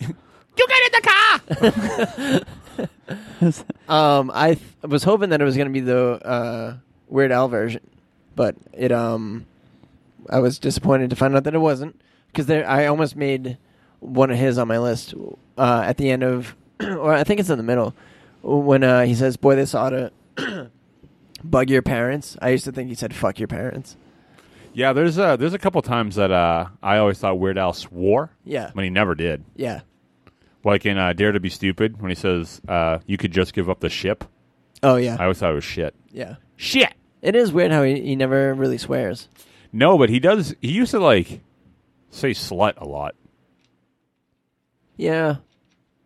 [SPEAKER 4] You get in the car.
[SPEAKER 5] Um, I th- was hoping that it was gonna be the uh, Weird Al version, but it um, I was disappointed to find out that it wasn't because there I almost made one of his on my list uh, at the end of, or I think it's in the middle when uh, he says, "Boy, this ought to bug your parents." I used to think he said "fuck your parents."
[SPEAKER 2] Yeah, there's a there's a couple times that uh, I always thought Weird Al swore.
[SPEAKER 5] Yeah.
[SPEAKER 2] when he never did.
[SPEAKER 5] Yeah.
[SPEAKER 2] Like in uh, Dare to Be Stupid, when he says, uh, "You could just give up the ship."
[SPEAKER 5] Oh yeah.
[SPEAKER 2] I always thought it was shit.
[SPEAKER 5] yeah.
[SPEAKER 4] Shit.
[SPEAKER 5] It is weird how he, he never really swears.
[SPEAKER 2] No, but he does. He used to like say slut a lot.
[SPEAKER 5] Yeah.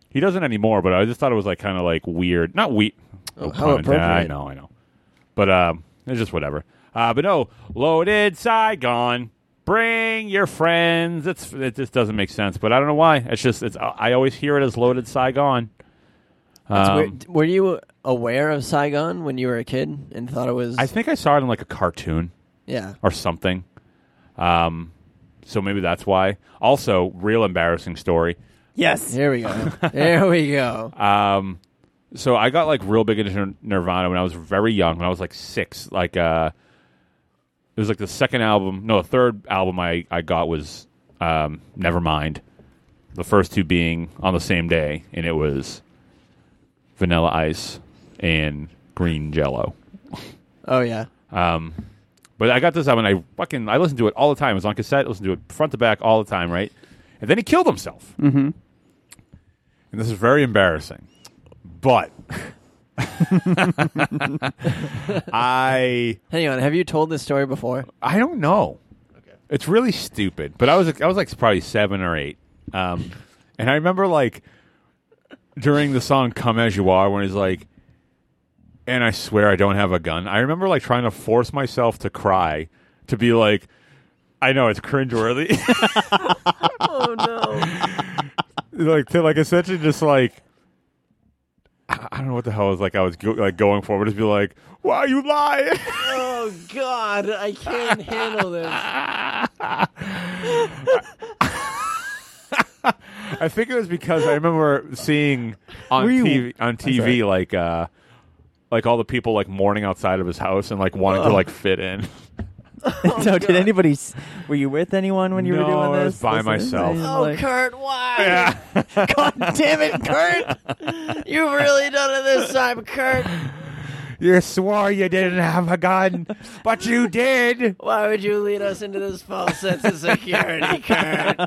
[SPEAKER 2] He doesn't anymore, but I just thought it was like kind of like weird. Not we.
[SPEAKER 5] Oh,
[SPEAKER 2] no
[SPEAKER 5] how
[SPEAKER 2] pun intended. I
[SPEAKER 5] appropriate.
[SPEAKER 2] know, I know. But um, it's just whatever. Uh, but no, loaded Saigon. Bring your friends. It's it just doesn't make sense, but I don't know why. It's just it's. I always hear it as loaded Saigon.
[SPEAKER 5] That's
[SPEAKER 2] Um,
[SPEAKER 5] weird. Were you aware of Saigon when you were a kid and thought it was?
[SPEAKER 2] I think I saw it in like a cartoon.
[SPEAKER 5] yeah.
[SPEAKER 2] or something. Um, so maybe that's why. Also, real embarrassing story.
[SPEAKER 3] Yes.
[SPEAKER 5] Here we go. There we go.
[SPEAKER 2] Um, so I got like real big into Nirvana when I was very young, when I was like six. Like, uh, it was like the second album, no, the third album I, I got was um, Nevermind. The first two being on the same day, and it was Vanilla Ice and Green Jello.
[SPEAKER 5] Oh yeah.
[SPEAKER 2] Um, but I got this album and I fucking I listened to it all the time. It was on cassette. I listened to it front to back all the time, right? And then he killed himself. Mm-hmm. And this is very embarrassing. But I
[SPEAKER 5] Hang on. Have you told this story before?
[SPEAKER 2] I don't know. It's really stupid. But I was I was like probably seven or eight, um, and I remember like during the song "Come As You Are" when he's like, "And I swear I don't have a gun." I remember like trying to force myself to cry to be like, "I know it's cringeworthy."
[SPEAKER 5] Oh no.
[SPEAKER 2] like to like essentially just like I I don't know what the hell I was like I was go- like going for, but just be like, "Why are you lying?"
[SPEAKER 5] oh God. I can't handle this.
[SPEAKER 2] I think it was because I remember seeing on
[SPEAKER 3] Were you-
[SPEAKER 2] TV, on TV like uh, like all the people like mourning outside of his house and like wanting to like fit in.
[SPEAKER 3] so did anybody? s- Were you with anyone when you
[SPEAKER 2] No,
[SPEAKER 3] were doing
[SPEAKER 2] I
[SPEAKER 3] this?
[SPEAKER 2] was by
[SPEAKER 3] Listening?
[SPEAKER 2] myself.
[SPEAKER 3] And,
[SPEAKER 5] Oh,
[SPEAKER 3] like,
[SPEAKER 5] Kurt, why?
[SPEAKER 2] Yeah.
[SPEAKER 5] God damn it, Kurt! You've really done it this time, Kurt.
[SPEAKER 2] you swore you didn't have a gun, but you did.
[SPEAKER 5] Why would you lead us into this false sense of security, Kurt?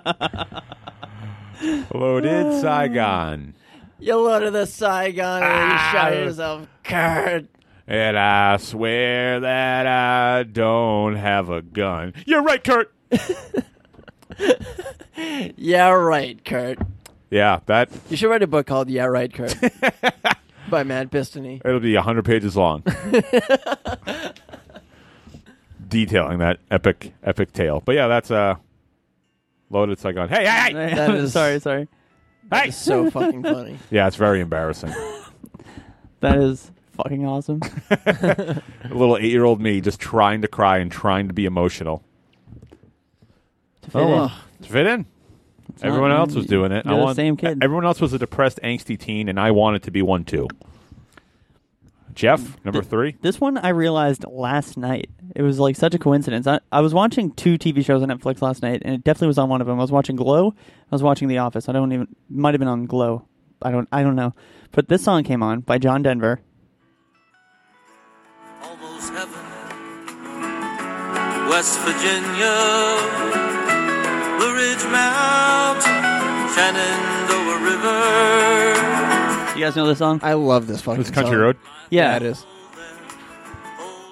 [SPEAKER 2] Loaded Saigon.
[SPEAKER 5] You loaded the Saigon and you
[SPEAKER 2] Ah.
[SPEAKER 5] shot yourself, Kurt.
[SPEAKER 2] And I swear that I don't have a gun. You're right, Kurt.
[SPEAKER 5] Yeah, right, Kurt.
[SPEAKER 2] Yeah, that
[SPEAKER 5] You should write a book called Yeah, Right, Kurt by Matt Bistany.
[SPEAKER 2] it'll be 100 pages long. Detailing that epic epic tale. But yeah, that's uh loaded Saigon. Hey, hey, hey.
[SPEAKER 5] That is-
[SPEAKER 3] sorry, sorry.
[SPEAKER 2] Hey!
[SPEAKER 5] It's so fucking funny.
[SPEAKER 2] Yeah, it's very embarrassing.
[SPEAKER 3] That is fucking awesome.
[SPEAKER 2] A little eight year old me just trying to cry and trying to be emotional.
[SPEAKER 3] Oh,
[SPEAKER 5] well.
[SPEAKER 2] To fit in. everyone
[SPEAKER 3] not-
[SPEAKER 2] else was doing it.
[SPEAKER 3] you're
[SPEAKER 2] I
[SPEAKER 3] the
[SPEAKER 2] want,
[SPEAKER 3] same kid.
[SPEAKER 2] Everyone else was a depressed, angsty teen, and I wanted to be one too. Jeff, number three.
[SPEAKER 3] This one I realized last night. It was like such a coincidence. I, I was watching two TV shows on Netflix last night, and it definitely was on one of them. I was watching Glow. I was watching The Office. I don't even might have been on Glow. I don't. I don't know. But this song came on by John Denver.
[SPEAKER 6] almost heaven. West Virginia, the Ridge Mountain, Shenandoah River.
[SPEAKER 3] You guys know this song?
[SPEAKER 5] I love this fucking
[SPEAKER 2] It's Country
[SPEAKER 5] song.
[SPEAKER 2] Road.
[SPEAKER 3] yeah.
[SPEAKER 5] it is.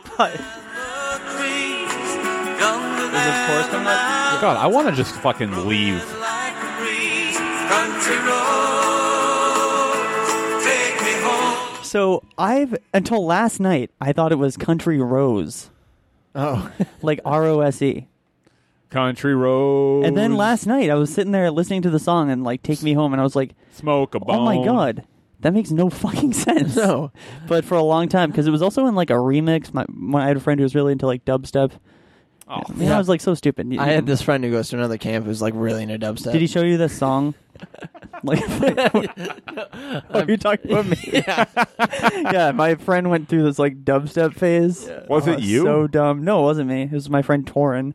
[SPEAKER 6] The creeks, younger
[SPEAKER 3] Does this chorus
[SPEAKER 6] than
[SPEAKER 3] come up?
[SPEAKER 2] God, I want to just fucking leave.
[SPEAKER 6] like a breeze. Country roads, take me home.
[SPEAKER 3] So I've until last night I thought it was Country Rose,
[SPEAKER 5] Oh,
[SPEAKER 3] like R O S E.
[SPEAKER 2] Country Road.
[SPEAKER 3] And then last night I was sitting there listening to the song and like Take Me Home, and I was like,
[SPEAKER 2] smoke a bone.
[SPEAKER 3] Oh my god, that makes no fucking sense.
[SPEAKER 5] No.
[SPEAKER 3] but for a long time because it was also in like a remix. My, my I had a friend who was really into like dubstep.
[SPEAKER 2] Oh,
[SPEAKER 3] I, mean, I was like so stupid. You-
[SPEAKER 5] I had this friend who goes to another camp who's like really into dubstep.
[SPEAKER 3] Did he show you this song? like, are you talking about me?
[SPEAKER 5] Yeah.
[SPEAKER 3] yeah, my friend went through this like dubstep phase.
[SPEAKER 2] Was
[SPEAKER 3] Oh,
[SPEAKER 2] it you?
[SPEAKER 3] So dumb. No, it wasn't me. It was my friend Torin,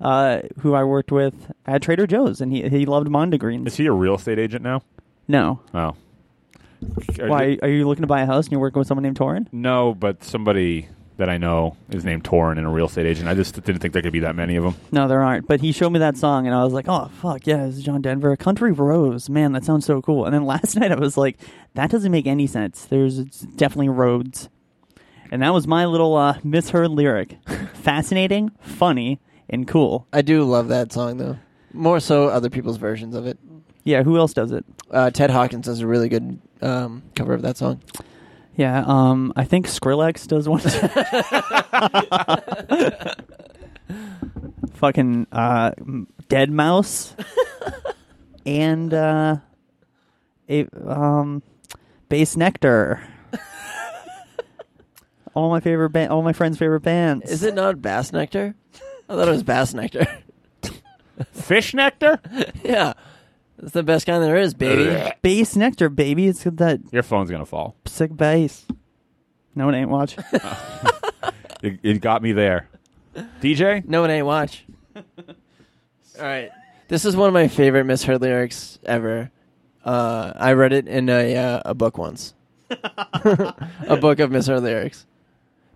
[SPEAKER 3] uh, who I worked with at Trader Joe's, and he he loved Mondegreens.
[SPEAKER 2] Is he a real estate agent now?
[SPEAKER 3] No,
[SPEAKER 2] Oh.
[SPEAKER 3] why are you looking to buy a house and you're working with someone named Torin?
[SPEAKER 2] No, but somebody that I know is named Torin and a real estate agent. I just didn't think there could be that many of them.
[SPEAKER 3] No, there aren't. But he showed me that song, and I was like, "Oh fuck, yeah, this is John Denver, Country Roads." Man, that sounds so cool. And then last night, I was like, "That doesn't make any sense." There's it's definitely roads, and that was my little uh, misheard lyric. Fascinating, funny, and cool.
[SPEAKER 5] I do love that song though. More so other people's versions of it.
[SPEAKER 3] Yeah, who else does it?
[SPEAKER 5] Uh, Ted Hawkins does a really good um, cover of that song.
[SPEAKER 3] Yeah, um, I think Skrillex does one. Fucking uh, m- Dead Mouse, and uh, a um, Bass Nectar. all my favorite band, all my friends' favorite bands.
[SPEAKER 5] Is it not Bass Nectar? I thought it was Bass Nectar.
[SPEAKER 2] Fish nectar?
[SPEAKER 5] yeah. It's the best kind there is, baby.
[SPEAKER 3] Bass nectar, baby. It's got that
[SPEAKER 7] Your phone's gonna fall.
[SPEAKER 3] sick bass. No, it ain't watch.
[SPEAKER 7] It, it got me there. DJ,
[SPEAKER 5] no, it ain't watch. All right. This is one of my favorite misheard lyrics ever. Uh, I read it in a uh, a book once, a book of misheard lyrics,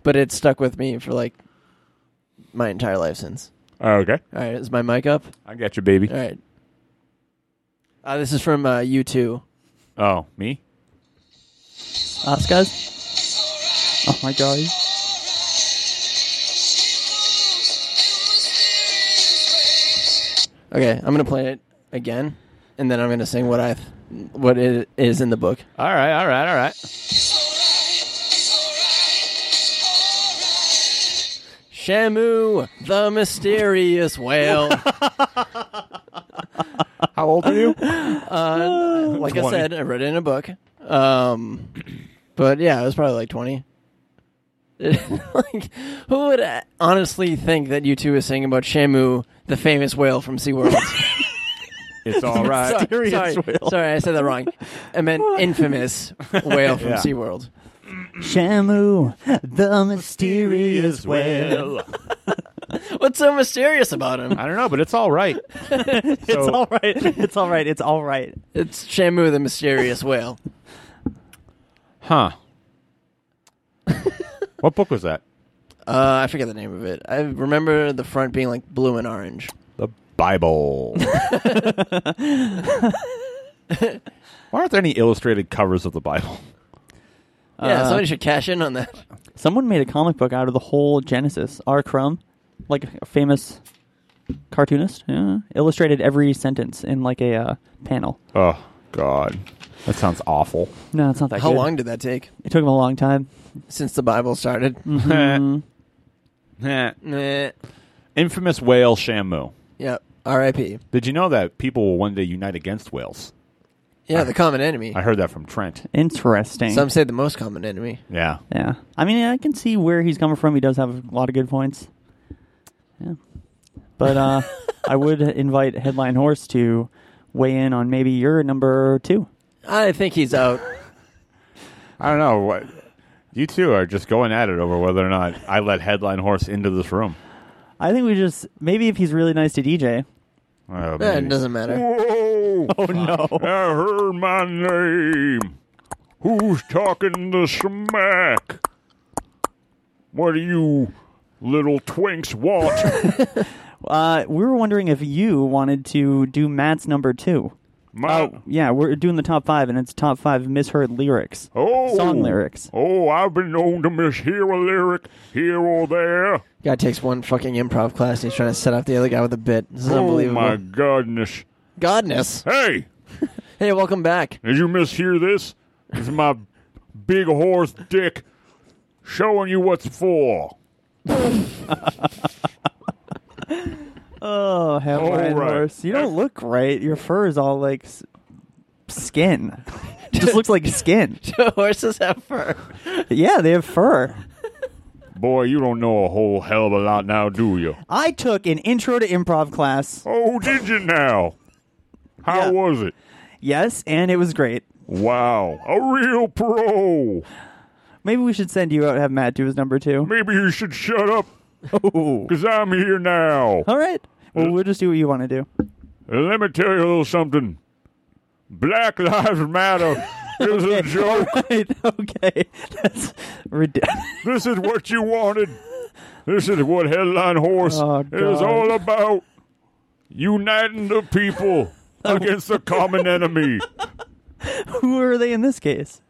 [SPEAKER 5] but it stuck with me for like my entire life since.
[SPEAKER 7] oh, okay,
[SPEAKER 5] All right, is my mic up?
[SPEAKER 7] I got you, baby.
[SPEAKER 5] All right. Uh, this is from uh, U2.
[SPEAKER 7] Oh, me?
[SPEAKER 3] Us guys. Oh my god.
[SPEAKER 5] Okay, I'm gonna play it again, and then I'm gonna sing what I what it is in the book.
[SPEAKER 7] All right, all right, all right.
[SPEAKER 5] Shamu, the mysterious whale.
[SPEAKER 7] How old are you?
[SPEAKER 5] like
[SPEAKER 7] 20.
[SPEAKER 5] I said, I read it in a book. Um, but yeah, I was probably like 20. like, who would uh, honestly think that you two is singing about Shamu, the famous whale from SeaWorld?
[SPEAKER 7] it's all right.
[SPEAKER 5] sorry, sorry,
[SPEAKER 3] whale.
[SPEAKER 5] sorry, I said that wrong. I meant infamous whale from
[SPEAKER 7] Yeah.
[SPEAKER 5] SeaWorld.
[SPEAKER 3] Shamu, the mysterious whale.
[SPEAKER 5] What's so mysterious about him?
[SPEAKER 7] I don't know, but it's all right.
[SPEAKER 3] It's all right. It's all right. It's all right.
[SPEAKER 5] It's Shamu, the mysterious whale.
[SPEAKER 7] Huh. what book was that?
[SPEAKER 5] Uh, I forget the name of it. I remember the front being like blue and orange.
[SPEAKER 7] The Bible. Why aren't there any illustrated covers of the Bible?
[SPEAKER 5] Yeah,
[SPEAKER 3] Uh,
[SPEAKER 5] somebody should cash in on that.
[SPEAKER 3] Someone made a comic book out of the whole Genesis. R. Crumb, like a famous cartoonist, yeah, illustrated every sentence in like a uh, panel.
[SPEAKER 7] Oh God, that sounds awful.
[SPEAKER 3] No, it's not that.
[SPEAKER 5] How
[SPEAKER 3] good.
[SPEAKER 5] long did that take
[SPEAKER 3] It took him a long time.
[SPEAKER 5] since the Bible started?
[SPEAKER 7] Mm-hmm.
[SPEAKER 5] Nah.
[SPEAKER 7] Infamous whale Shamu.
[SPEAKER 5] Yep. R.I.P.
[SPEAKER 7] Did you know that people will one day unite against whales?
[SPEAKER 5] Yeah, the common enemy.
[SPEAKER 7] I heard that from Trent.
[SPEAKER 3] Interesting.
[SPEAKER 5] Some say the most common enemy.
[SPEAKER 7] Yeah.
[SPEAKER 3] yeah, I mean, I can see where he's coming from. He does have a lot of good points. Yeah, but uh, I would invite Headline Horse to weigh in on maybe your number two.
[SPEAKER 5] I think he's out.
[SPEAKER 7] I don't know. What, you two are just going at it over whether or not I let Headline Horse into this room.
[SPEAKER 3] I think we just maybe if he's really nice to DJ.
[SPEAKER 7] Oh,
[SPEAKER 5] Eh, it
[SPEAKER 7] maybe.
[SPEAKER 5] doesn't matter.
[SPEAKER 7] Whoa!
[SPEAKER 3] Oh no.
[SPEAKER 7] I heard my name. Who's talking the smack? What do you little twinks want?
[SPEAKER 3] Uh, we were wondering if you wanted to do Matt's number two. Oh,
[SPEAKER 7] My,
[SPEAKER 3] Yeah, we're doing the top five, and it's top five misheard lyrics.
[SPEAKER 7] oh,
[SPEAKER 3] Song lyrics.
[SPEAKER 7] Oh, I've been known to mishear a lyric here or there. Oh,
[SPEAKER 5] Guy takes one fucking improv class and he's trying to set up the other guy with a bit. This is
[SPEAKER 7] Oh
[SPEAKER 5] unbelievable.
[SPEAKER 7] my goodness!
[SPEAKER 5] Godness.
[SPEAKER 7] Hey,
[SPEAKER 5] Hey, welcome back.
[SPEAKER 7] did you mishear this? This is my big horse dick showing you what's for.
[SPEAKER 3] Oh, headline
[SPEAKER 7] All right.
[SPEAKER 3] horse. You don't look right. Your fur is all like s- skin. Just looks like skin.
[SPEAKER 5] Horses have fur.
[SPEAKER 3] Yeah, they have fur.
[SPEAKER 7] Boy, you don't know a whole hell of a lot now, do you?
[SPEAKER 3] I took an intro to improv class.
[SPEAKER 7] Oh, did you now? How
[SPEAKER 3] Yeah.
[SPEAKER 7] was it?
[SPEAKER 3] Yes, and it was great.
[SPEAKER 7] Wow, a real pro.
[SPEAKER 3] Maybe we should send you out and have Matt do his number two.
[SPEAKER 7] Maybe you should shut up,
[SPEAKER 3] Oh.
[SPEAKER 7] because I'm here now.
[SPEAKER 3] All right.
[SPEAKER 7] Uh.
[SPEAKER 3] Well, we'll just do what you want to do.
[SPEAKER 7] And let me tell you a little something. Black Lives Matter is a joke.
[SPEAKER 3] Right. Okay. That's ridiculous.
[SPEAKER 7] This is what you wanted. This is what Headline Horse
[SPEAKER 3] Oh,
[SPEAKER 7] is
[SPEAKER 3] God.
[SPEAKER 7] all about. Uniting the people against the common enemy.
[SPEAKER 3] Who are they in this case?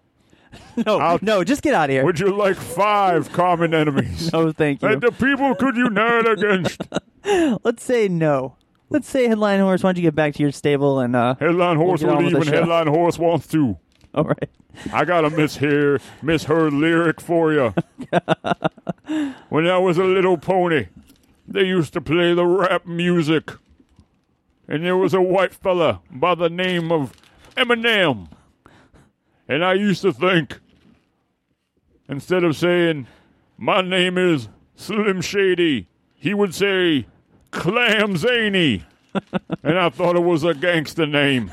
[SPEAKER 3] No,
[SPEAKER 7] I'll-
[SPEAKER 3] no, just get out of here.
[SPEAKER 7] Would you like five common enemies
[SPEAKER 3] Oh, thank you.
[SPEAKER 7] that the people could unite against?
[SPEAKER 3] Let's say no. Let's say headline horse. Why don't you get back to your stable and uh?
[SPEAKER 7] Headline Horse
[SPEAKER 3] get
[SPEAKER 7] will
[SPEAKER 3] on with
[SPEAKER 7] leave
[SPEAKER 3] the
[SPEAKER 7] when
[SPEAKER 3] show.
[SPEAKER 7] Headline Horse wants to.
[SPEAKER 3] All right.
[SPEAKER 7] I got a mishear, misheard lyric for you. when I was a little pony, they used to play the rap music. And there was a white fella by the name of Eminem. And I used to think, instead of saying, my name is Slim Shady, he would say, Clam Zany. and I thought it was a gangster name.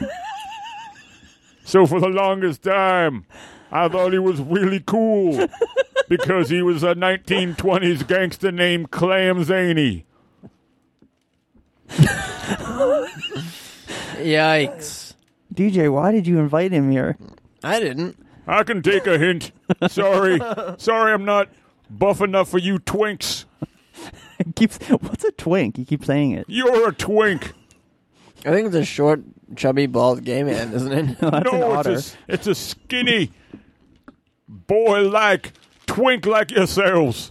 [SPEAKER 7] So for the longest time, I thought he was really cool because he was a 1920s gangster named Clam Zaney.
[SPEAKER 5] Yikes!
[SPEAKER 3] DJ, why did you invite him here?
[SPEAKER 5] I didn't.
[SPEAKER 7] I can take a hint. Sorry, sorry, I'm not buff enough for you twinks.
[SPEAKER 3] keeps what's a twink? You keep saying it.
[SPEAKER 7] You're a twink.
[SPEAKER 5] I think it's a short, chubby, bald gay man, isn't it?
[SPEAKER 3] That's an
[SPEAKER 7] no,
[SPEAKER 3] otter.
[SPEAKER 7] it's a, it's a skinny boy like twink like yourselves.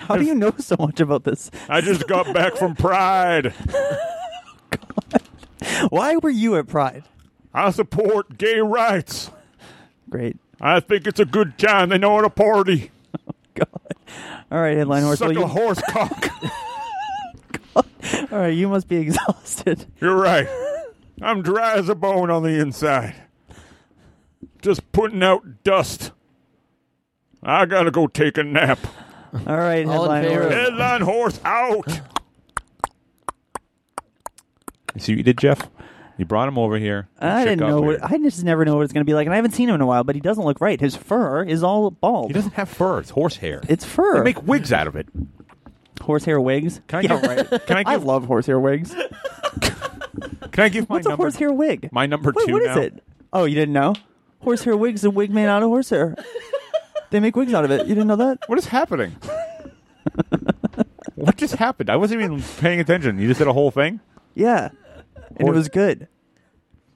[SPEAKER 3] How do you know so much about this?
[SPEAKER 7] I just got back from Pride.
[SPEAKER 3] Why were you at Pride?
[SPEAKER 7] I support gay rights.
[SPEAKER 3] Great.
[SPEAKER 7] I think it's a good time. They know how to party.
[SPEAKER 3] God. All right, headline horse.
[SPEAKER 7] Suck
[SPEAKER 3] Well,
[SPEAKER 7] a
[SPEAKER 3] you-
[SPEAKER 7] horse cock.
[SPEAKER 3] all right, you must be exhausted.
[SPEAKER 7] You're right. I'm dry as a bone on the inside. Just putting out dust. I gotta go take a nap.
[SPEAKER 3] All right,
[SPEAKER 5] All
[SPEAKER 3] headline
[SPEAKER 5] in favor.
[SPEAKER 3] horse.
[SPEAKER 7] Headline horse out. You see what you did, Jeff? You brought him over here.
[SPEAKER 3] I
[SPEAKER 7] Shit
[SPEAKER 3] didn't
[SPEAKER 7] got
[SPEAKER 3] know
[SPEAKER 7] weird.
[SPEAKER 3] what I just never know what it's going to be like, and I haven't seen him in a while. But he doesn't look right. His fur is all bald.
[SPEAKER 7] He doesn't have fur. It's horse hair.
[SPEAKER 3] it's fur.
[SPEAKER 7] They make wigs out of it.
[SPEAKER 3] horsehair wigs.
[SPEAKER 7] Can I
[SPEAKER 3] yeah,
[SPEAKER 7] get-
[SPEAKER 3] right.
[SPEAKER 7] can I
[SPEAKER 3] I
[SPEAKER 7] give-
[SPEAKER 3] love horsehair wigs.
[SPEAKER 7] Can I give my
[SPEAKER 3] What's a
[SPEAKER 7] number?
[SPEAKER 3] horsehair wig?
[SPEAKER 7] My number
[SPEAKER 3] Wait,
[SPEAKER 7] two.
[SPEAKER 3] what is
[SPEAKER 7] now?
[SPEAKER 3] it? Oh, you didn't know? Horsehair wigs. A wig made out of horsehair. they make wigs out of it. You didn't know that?
[SPEAKER 7] What is happening? what just happened? I wasn't even paying attention. You just did a whole thing.
[SPEAKER 3] Yeah, and it
[SPEAKER 7] Horse-
[SPEAKER 3] was good.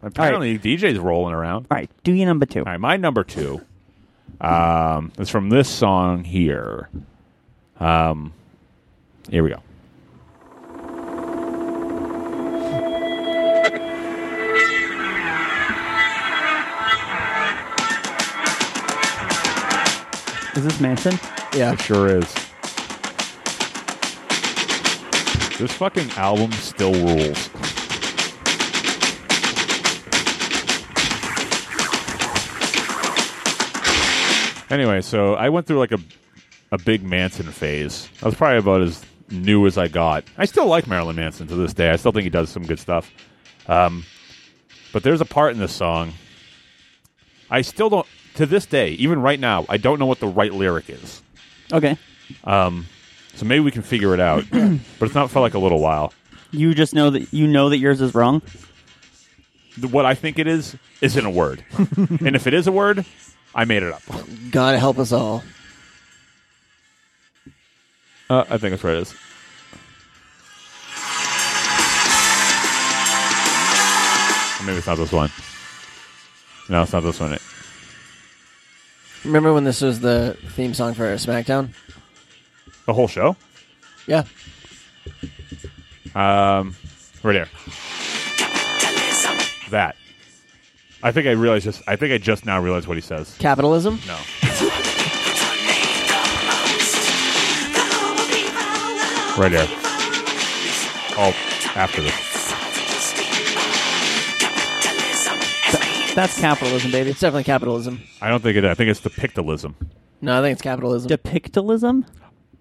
[SPEAKER 7] Apparently, DJ's rolling around.
[SPEAKER 3] All right, do you number two?
[SPEAKER 7] All right, my number two um, is from this song here. Um, here we go.
[SPEAKER 3] Is this Manson?
[SPEAKER 5] yeah.
[SPEAKER 7] It sure is. This fucking album still rules. Anyway, so I went through like a a big Manson phase. I was probably about as new as I got. I still like Marilyn Manson to this day. I still think he does some good stuff. Um, but there's a part in this song. I still don't to this day, even right now, I don't know what the right lyric is.
[SPEAKER 3] Okay.
[SPEAKER 7] So maybe we can figure it out. but it's not for like a little while.
[SPEAKER 3] You just know that you know that yours is wrong.
[SPEAKER 7] The- What I think it is isn't a word. and if it is a word, I made it up.
[SPEAKER 5] God help us all.
[SPEAKER 7] Uh, I think that's what it is. Or Maybe it's not this one. No, it's not this one. It-
[SPEAKER 5] Remember when this was the theme song for SmackDown?
[SPEAKER 7] The whole show?
[SPEAKER 5] Yeah.
[SPEAKER 7] Um, right here. That. I think I realized just. I think I just now realized what he says.
[SPEAKER 5] Capitalism?
[SPEAKER 7] No. Right there. Oh, after this.
[SPEAKER 3] That's capitalism, baby.
[SPEAKER 5] It's definitely capitalism.
[SPEAKER 7] I don't think it. I think it's the pictalism.
[SPEAKER 5] No, I think it's capitalism.
[SPEAKER 3] Depictalism?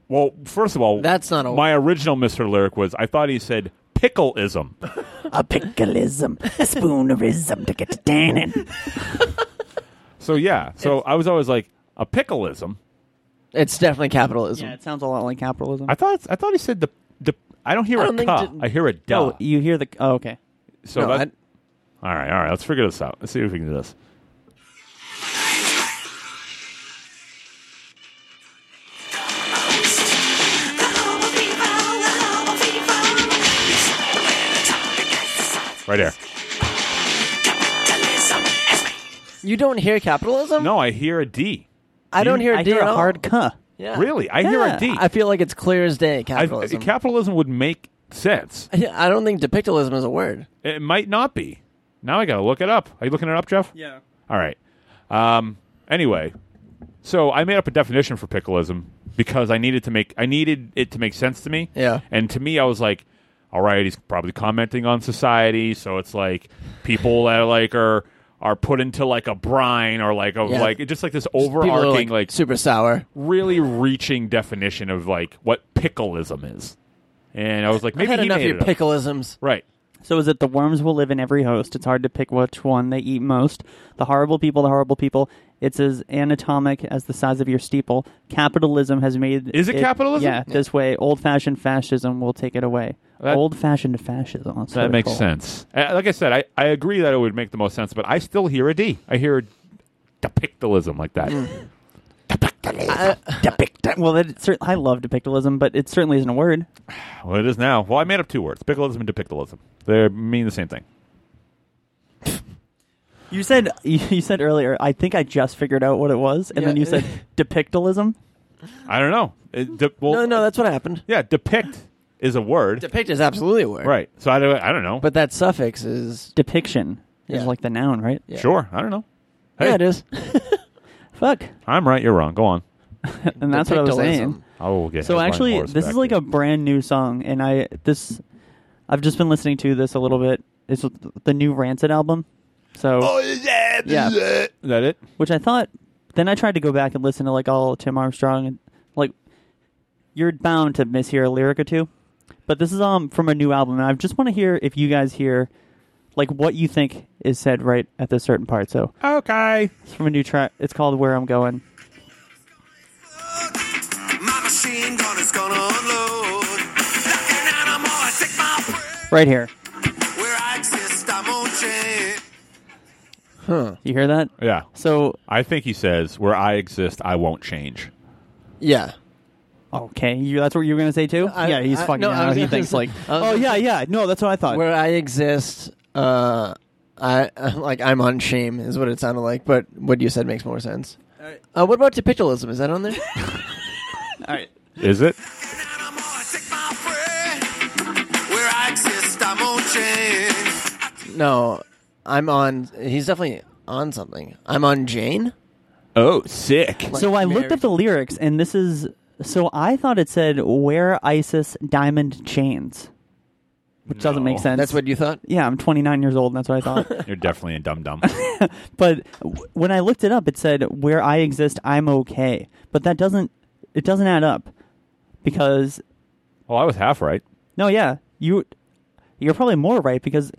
[SPEAKER 7] Well, first of all,
[SPEAKER 5] That's not a-
[SPEAKER 7] my original Mister Lyric was. I thought he said pickleism.
[SPEAKER 3] A pickleism. A spoonerism to get to tannin.
[SPEAKER 7] So yeah. So I was always like a pickleism.
[SPEAKER 5] It's definitely capitalism.
[SPEAKER 3] Yeah, it sounds a lot like capitalism.
[SPEAKER 7] I thought. I thought he said the. the I don't hear
[SPEAKER 5] I
[SPEAKER 7] a
[SPEAKER 5] don't think
[SPEAKER 7] "ca,"
[SPEAKER 5] d-
[SPEAKER 7] I hear a duh.
[SPEAKER 3] Oh, you hear the. Oh, okay.
[SPEAKER 7] so
[SPEAKER 5] no,
[SPEAKER 7] that, all right, all right. Let's figure this out. Let's see if we can do this. Right here.
[SPEAKER 5] you don't hear capitalism?
[SPEAKER 7] No, I hear a D.
[SPEAKER 5] I don't hear
[SPEAKER 3] I
[SPEAKER 5] a D
[SPEAKER 3] hear
[SPEAKER 5] at
[SPEAKER 3] a
[SPEAKER 5] all.
[SPEAKER 3] hard cuh.
[SPEAKER 5] Yeah.
[SPEAKER 7] Really, I hear
[SPEAKER 3] Yeah,
[SPEAKER 7] a D.
[SPEAKER 5] I feel like it's clear as day,
[SPEAKER 7] I-
[SPEAKER 5] capitalism.
[SPEAKER 7] capitalism would make sense.
[SPEAKER 5] I don't think depictalism is a word.
[SPEAKER 7] It might not be. Now I gotta look it up. Are you looking it up, Jeff?
[SPEAKER 3] Yeah.
[SPEAKER 7] All right. Um, anyway, so I made up a definition for pickleism because I needed to make I needed it to make sense to me.
[SPEAKER 5] Yeah.
[SPEAKER 7] And to me, I was like, all right, he's probably commenting on society, so it's like people that are like are are put into like a brine or like a
[SPEAKER 5] Yeah.
[SPEAKER 7] like just like this
[SPEAKER 5] People are,
[SPEAKER 7] overarching
[SPEAKER 5] like,
[SPEAKER 7] like
[SPEAKER 5] super sour.
[SPEAKER 7] really reaching definition of like what pickleism is. And I was like, maybe
[SPEAKER 5] I had
[SPEAKER 7] he
[SPEAKER 5] enough of
[SPEAKER 7] made
[SPEAKER 5] your
[SPEAKER 7] it up.
[SPEAKER 5] pickleisms.
[SPEAKER 7] Right.
[SPEAKER 3] So is it the worms will live in every host? It's hard to pick which one they eat most. The horrible people, the horrible people. It's as anatomic as the size of your steeple. Capitalism has made
[SPEAKER 2] Is it capitalism?
[SPEAKER 3] Yeah, this way, old-fashioned fascism will take it away.
[SPEAKER 2] That-
[SPEAKER 3] old-fashioned fascism. That's what
[SPEAKER 2] That
[SPEAKER 3] it's
[SPEAKER 2] makes
[SPEAKER 3] called.
[SPEAKER 2] sense. Uh, Like I said, I, I agree that it would make the most sense, but I still hear a D. I hear a depictalism like that.
[SPEAKER 3] Depict- well, that, cer- I love depictalism, but it certainly isn't a word.
[SPEAKER 2] well, it is now. Well, I made up two words: pickleism and depictalism. They mean the same thing.
[SPEAKER 3] You said you said earlier. I think I just figured out what it was, and
[SPEAKER 5] Yeah.
[SPEAKER 3] then you said depictalism.
[SPEAKER 2] I don't know. It, de- well,
[SPEAKER 5] No, no, that's what happened.
[SPEAKER 2] yeah, depict is a word,
[SPEAKER 5] Depict is absolutely a word.
[SPEAKER 2] right? So I don't, I don't know.
[SPEAKER 5] But that suffix is.
[SPEAKER 3] Depiction is
[SPEAKER 5] Yeah.
[SPEAKER 3] like the noun, right?
[SPEAKER 5] Yeah.
[SPEAKER 2] sure, I don't know. Hey,
[SPEAKER 5] Yeah, it is.
[SPEAKER 3] Fuck,
[SPEAKER 2] I'm right. You're wrong. Go on.
[SPEAKER 3] and that's what I was saying.
[SPEAKER 5] Depictalism.
[SPEAKER 2] Oh, get
[SPEAKER 3] So
[SPEAKER 2] Headline
[SPEAKER 3] actually,
[SPEAKER 2] Horse
[SPEAKER 3] this
[SPEAKER 2] back
[SPEAKER 3] is like
[SPEAKER 2] here.
[SPEAKER 3] a brand new song, and I this I've just been listening to this a little bit. It's the new Rancid album. So yeah,
[SPEAKER 2] Is that Oh, it?
[SPEAKER 3] which I thought. Then I tried to go back and listen to like all Tim Armstrong and like you're bound to mishear a lyric or two. But this is um from a new album, and I just want to hear if you guys hear like what you think is said right at this certain part. So
[SPEAKER 2] Okay.
[SPEAKER 3] it's from a new track. It's called "Where I'm Going."
[SPEAKER 6] My machine gun is gonna unload. Like an animal, I take my prey.
[SPEAKER 3] Right here,
[SPEAKER 6] Where I exist, I'm on chain.
[SPEAKER 3] you hear that?
[SPEAKER 2] Yeah.
[SPEAKER 3] So
[SPEAKER 2] I think he says, "Where I exist, I won't change."
[SPEAKER 5] Yeah.
[SPEAKER 3] okay, Oh, you that's what you were gonna say too?
[SPEAKER 5] I-
[SPEAKER 3] yeah, he's
[SPEAKER 5] I-
[SPEAKER 3] fucking.
[SPEAKER 5] no, I
[SPEAKER 3] out.
[SPEAKER 5] was
[SPEAKER 3] he
[SPEAKER 5] gonna
[SPEAKER 3] thinks
[SPEAKER 5] say-
[SPEAKER 3] like,
[SPEAKER 5] I was
[SPEAKER 3] oh
[SPEAKER 5] gonna
[SPEAKER 3] yeah, yeah. No, that's what I thought.
[SPEAKER 5] Where I exist, uh, I like I'm on shame is what it sounded like. But what you said makes more sense. Uh, what about depictalism? Is that on there?
[SPEAKER 2] Is it?
[SPEAKER 6] An animal, I take my prey. Where I exist, I'm on chain.
[SPEAKER 5] no, I'm on. He's definitely on something. I'm on Jane.
[SPEAKER 2] Oh, sick.
[SPEAKER 5] Like
[SPEAKER 3] so I looked
[SPEAKER 5] Mary-
[SPEAKER 3] up the lyrics, and this is so I thought it said "Wear ISIS diamond chains," which doesn't make
[SPEAKER 2] No.
[SPEAKER 3] sense.
[SPEAKER 5] That's what you thought.
[SPEAKER 3] Yeah, I'm 29 years old, and that's what I thought.
[SPEAKER 2] You're definitely a dum dum.
[SPEAKER 3] but w- when I looked it up, it said "Where I exist, I'm okay," but that doesn't it doesn't add up because
[SPEAKER 2] well, I was half right.
[SPEAKER 3] no, yeah, you you're probably more right because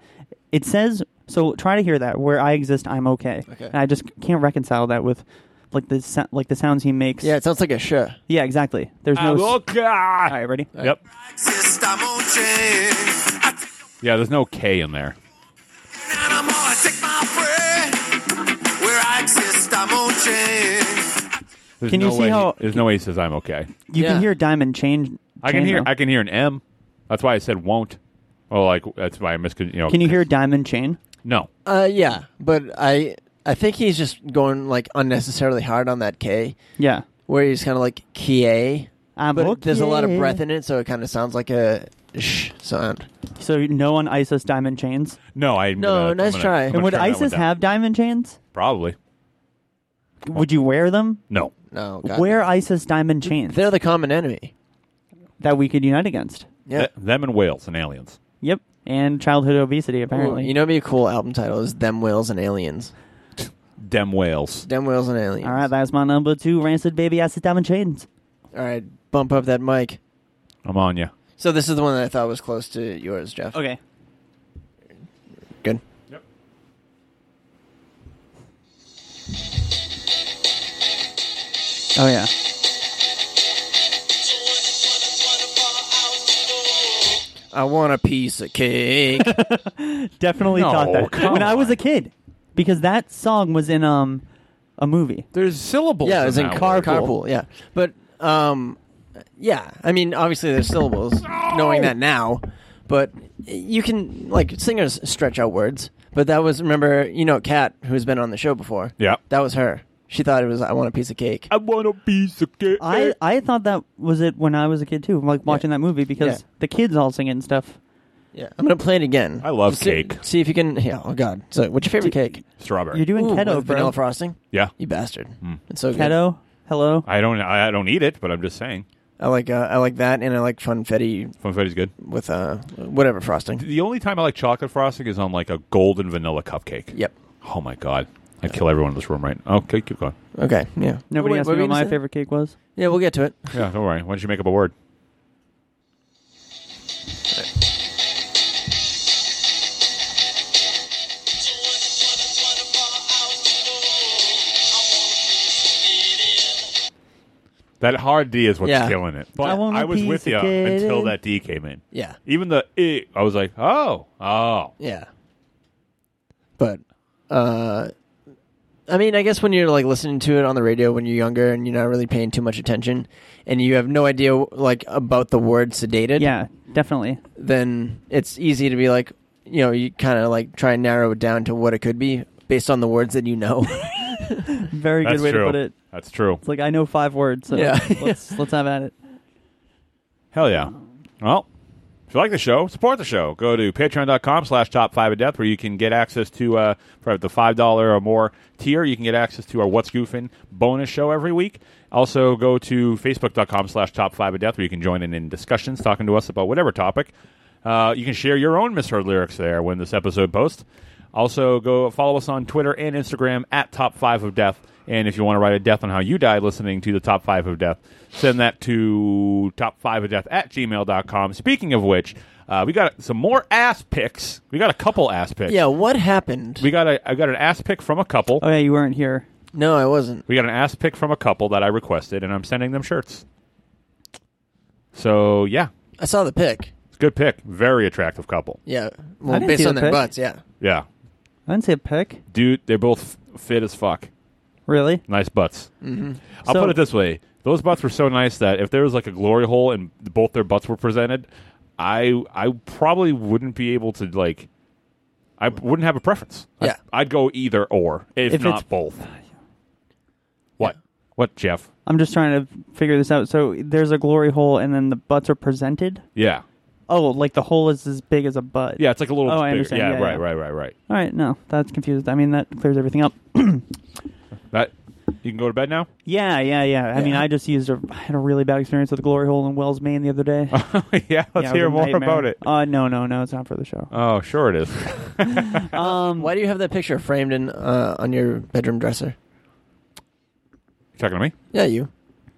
[SPEAKER 3] it says so. Try to hear that "Where I exist, I'm okay,"
[SPEAKER 5] Okay.
[SPEAKER 3] and I just can't reconcile that with like the sou- like the sounds he makes.
[SPEAKER 5] Yeah, it sounds like a sh.
[SPEAKER 3] Yeah, exactly.
[SPEAKER 2] Uh,
[SPEAKER 3] There's no. s- All
[SPEAKER 2] okay.
[SPEAKER 3] right, ready?
[SPEAKER 5] Uh,
[SPEAKER 2] Yep.
[SPEAKER 6] Exist, I'm on chain. I take
[SPEAKER 2] Yeah, there's no K in there.
[SPEAKER 6] an animal, I take my prey. Where I exist, I'm on chain.
[SPEAKER 2] There's
[SPEAKER 3] Can you
[SPEAKER 2] no
[SPEAKER 3] see
[SPEAKER 2] way he-
[SPEAKER 3] how-
[SPEAKER 2] there's no way he says I'm okay.
[SPEAKER 3] You
[SPEAKER 5] Yeah.
[SPEAKER 3] can hear diamond change.
[SPEAKER 2] I can
[SPEAKER 3] chain,
[SPEAKER 2] hear
[SPEAKER 3] though.
[SPEAKER 2] I can hear an M. That's why I said won't. Well, like that's why I miscon. You know,
[SPEAKER 3] Can you hear diamond chain?
[SPEAKER 2] No.
[SPEAKER 5] Uh, yeah, but I I think he's just going like unnecessarily hard on that K,
[SPEAKER 3] Yeah.
[SPEAKER 5] where he's kind of like K.
[SPEAKER 3] I'm
[SPEAKER 5] But there's a lot of
[SPEAKER 3] okay.
[SPEAKER 5] breath in it, so it kind of sounds like a sh sound.
[SPEAKER 3] So no one ISIS diamond chains.
[SPEAKER 2] No, I
[SPEAKER 5] No,
[SPEAKER 2] I'm
[SPEAKER 5] nice
[SPEAKER 2] gonna-
[SPEAKER 5] try.
[SPEAKER 2] I'm
[SPEAKER 5] And
[SPEAKER 2] gonna
[SPEAKER 3] And would
[SPEAKER 2] turn that one
[SPEAKER 3] ISIS
[SPEAKER 2] down.
[SPEAKER 3] have diamond chains?
[SPEAKER 2] probably
[SPEAKER 3] Would you wear them?
[SPEAKER 2] no?
[SPEAKER 5] No, God.
[SPEAKER 3] Wear ISIS diamond chains
[SPEAKER 5] they're the common enemy.
[SPEAKER 3] that we could unite against.
[SPEAKER 5] Yeah.
[SPEAKER 2] Th- them and whales and aliens.
[SPEAKER 3] Yep. And childhood obesity
[SPEAKER 5] Ooh,
[SPEAKER 3] apparently.
[SPEAKER 5] You know, what'd be a cool album title is "Them Whales and Aliens."
[SPEAKER 2] Dem whales.
[SPEAKER 5] Them Whales and Aliens.
[SPEAKER 3] All right, that's my number two. Rancid baby ISIS diamond chains.
[SPEAKER 5] All right, bump up that mic.
[SPEAKER 2] I'm on you.
[SPEAKER 5] So this is the one that I thought was close to yours, Jeff.
[SPEAKER 3] Okay.
[SPEAKER 5] Good.
[SPEAKER 3] Oh yeah.
[SPEAKER 5] I want a piece of cake.
[SPEAKER 3] Definitely
[SPEAKER 2] No,
[SPEAKER 3] thought that
[SPEAKER 2] come
[SPEAKER 3] when I was
[SPEAKER 2] on.
[SPEAKER 3] a kid, because that song was in um a movie.
[SPEAKER 2] There's syllables.
[SPEAKER 5] yeah, it was in
[SPEAKER 2] that
[SPEAKER 5] carpool.
[SPEAKER 2] word.
[SPEAKER 5] carpool. Yeah, but um, yeah. I mean, obviously there's syllables. Knowing that now, but you can like singers stretch out words. But that was remember you know Kat who's been on the show before.
[SPEAKER 2] Yeah. Oh.
[SPEAKER 5] That was her. She thought it was I want a piece of cake.
[SPEAKER 2] I want a piece of cake.
[SPEAKER 3] I, I thought that was it when I was a kid too, like watching that movie because
[SPEAKER 5] Yeah.
[SPEAKER 3] the kids all sing it and stuff.
[SPEAKER 5] Yeah, I'm gonna play it again.
[SPEAKER 2] I love
[SPEAKER 5] Just see-
[SPEAKER 2] cake.
[SPEAKER 5] See if you can. Yeah. Oh God. So, what's your favorite cake?
[SPEAKER 2] Strawberry.
[SPEAKER 3] You're doing
[SPEAKER 5] Ooh,
[SPEAKER 3] keto,
[SPEAKER 5] with
[SPEAKER 3] bro.
[SPEAKER 5] vanilla frosting.
[SPEAKER 2] yeah. Hmm.
[SPEAKER 5] You bastard. It's so good.
[SPEAKER 3] keto. Hello.
[SPEAKER 2] I don't. I I don't eat it, but I'm just saying.
[SPEAKER 5] I like. Uh, I like that, and I like funfetti
[SPEAKER 2] Funfetti's good.
[SPEAKER 5] with uh, whatever frosting.
[SPEAKER 2] The only time I like chocolate frosting is on like a golden vanilla cupcake.
[SPEAKER 5] Yep.
[SPEAKER 2] Oh my god. I'd kill everyone in this room right now. Okay, keep going.
[SPEAKER 5] Okay. Yeah.
[SPEAKER 3] Nobody
[SPEAKER 5] Wait,
[SPEAKER 3] asked
[SPEAKER 5] what
[SPEAKER 3] me what
[SPEAKER 5] were you gonna
[SPEAKER 3] my
[SPEAKER 5] say?
[SPEAKER 3] favorite cake was.
[SPEAKER 5] Yeah, we'll get to it.
[SPEAKER 2] Yeah, don't worry. Why don't you make up a word?
[SPEAKER 7] That hard D is what's
[SPEAKER 5] Yeah.
[SPEAKER 7] killing it. But
[SPEAKER 3] I
[SPEAKER 7] I,
[SPEAKER 3] want a
[SPEAKER 7] was
[SPEAKER 3] piece
[SPEAKER 7] with
[SPEAKER 3] of
[SPEAKER 7] you
[SPEAKER 3] cake.
[SPEAKER 7] until that D came in.
[SPEAKER 5] Yeah.
[SPEAKER 7] Even the I, I was like, oh, oh.
[SPEAKER 5] Yeah. But uh I mean, I guess when you're like listening to it on the radio when you're younger and you're not really paying too much attention and you have no idea like about the word sedated,
[SPEAKER 3] Yeah, definitely.
[SPEAKER 5] then it's easy to be like, you know, you kind of like try and narrow it down to what it could be based on the words that you know.
[SPEAKER 3] Very
[SPEAKER 7] That's
[SPEAKER 3] good way
[SPEAKER 7] true.
[SPEAKER 3] to put it.
[SPEAKER 7] That's true.
[SPEAKER 3] It's like I know five words, so
[SPEAKER 5] Yeah.
[SPEAKER 3] let's let's have at it.
[SPEAKER 7] Hell yeah. Well, if you like the show, support the show. Go to patreon.com slash top five of death where you can get access to, uh, for the $5 or more tier, you can get access to our What's Goofin' bonus show every week. Also, go to facebook.com slash top five of death where you can join in in discussions, talking to us about whatever topic. Uh, you can share your own misheard lyrics there when this episode posts. Also, go follow us on Twitter and Instagram at Top Five of Death. And if you want to write a death on how you died listening to the Top Five of Death, send that to top five of death at gmail.com. Speaking of which, uh, we got some more ass picks. We got a couple ass picks.
[SPEAKER 5] yeah, what happened?
[SPEAKER 7] We got a I got an ass pick from a couple.
[SPEAKER 3] Oh yeah, you weren't here.
[SPEAKER 5] no, I wasn't.
[SPEAKER 7] We got an ass pick from a couple that I requested, and I'm sending them shirts. So yeah.
[SPEAKER 5] I saw the pic.
[SPEAKER 7] It's a good pick. Very attractive couple.
[SPEAKER 5] Yeah. Well,
[SPEAKER 3] didn't
[SPEAKER 5] based
[SPEAKER 3] see
[SPEAKER 5] on
[SPEAKER 3] the
[SPEAKER 5] their
[SPEAKER 3] pic.
[SPEAKER 5] butts, yeah.
[SPEAKER 7] Yeah.
[SPEAKER 3] I didn't say a pick.
[SPEAKER 7] Dude, they're both f- fit as fuck.
[SPEAKER 3] Really?
[SPEAKER 7] Nice butts. I'll
[SPEAKER 3] So-
[SPEAKER 7] put it this way: those butts were so nice that if there was like a glory hole and both their butts were presented, I I probably wouldn't be able to like. I wouldn't have a preference. I-
[SPEAKER 5] Yeah.
[SPEAKER 7] I'd go either or, if,
[SPEAKER 3] If it's- Uh,
[SPEAKER 7] not both. What? What, Jeff?
[SPEAKER 3] I'm just trying to figure this out. So there's a glory hole, and then the butts are presented.
[SPEAKER 7] Yeah,
[SPEAKER 3] Oh, like the hole is as big as a butt.
[SPEAKER 7] yeah. It's like a little.
[SPEAKER 3] Oh, I
[SPEAKER 7] bigger.
[SPEAKER 3] understand.
[SPEAKER 7] Yeah,
[SPEAKER 3] Yeah,
[SPEAKER 7] right,
[SPEAKER 3] yeah.
[SPEAKER 7] right, right, right.
[SPEAKER 3] All right. No, that's confused. I mean, that clears everything up.
[SPEAKER 7] That you can go to bed now.
[SPEAKER 3] Yeah, yeah, yeah. I mean,
[SPEAKER 5] Yeah.
[SPEAKER 3] I just used a I had a really bad experience with the glory hole in Wells, Maine the other day. Let's
[SPEAKER 7] yeah, let's hear more about it.
[SPEAKER 3] Uh, no, no, no. It's not for the show.
[SPEAKER 7] Oh, sure it is.
[SPEAKER 3] Um,
[SPEAKER 5] Why do you have that picture framed in uh, on your bedroom dresser?
[SPEAKER 7] Talking to me?
[SPEAKER 5] Yeah, you.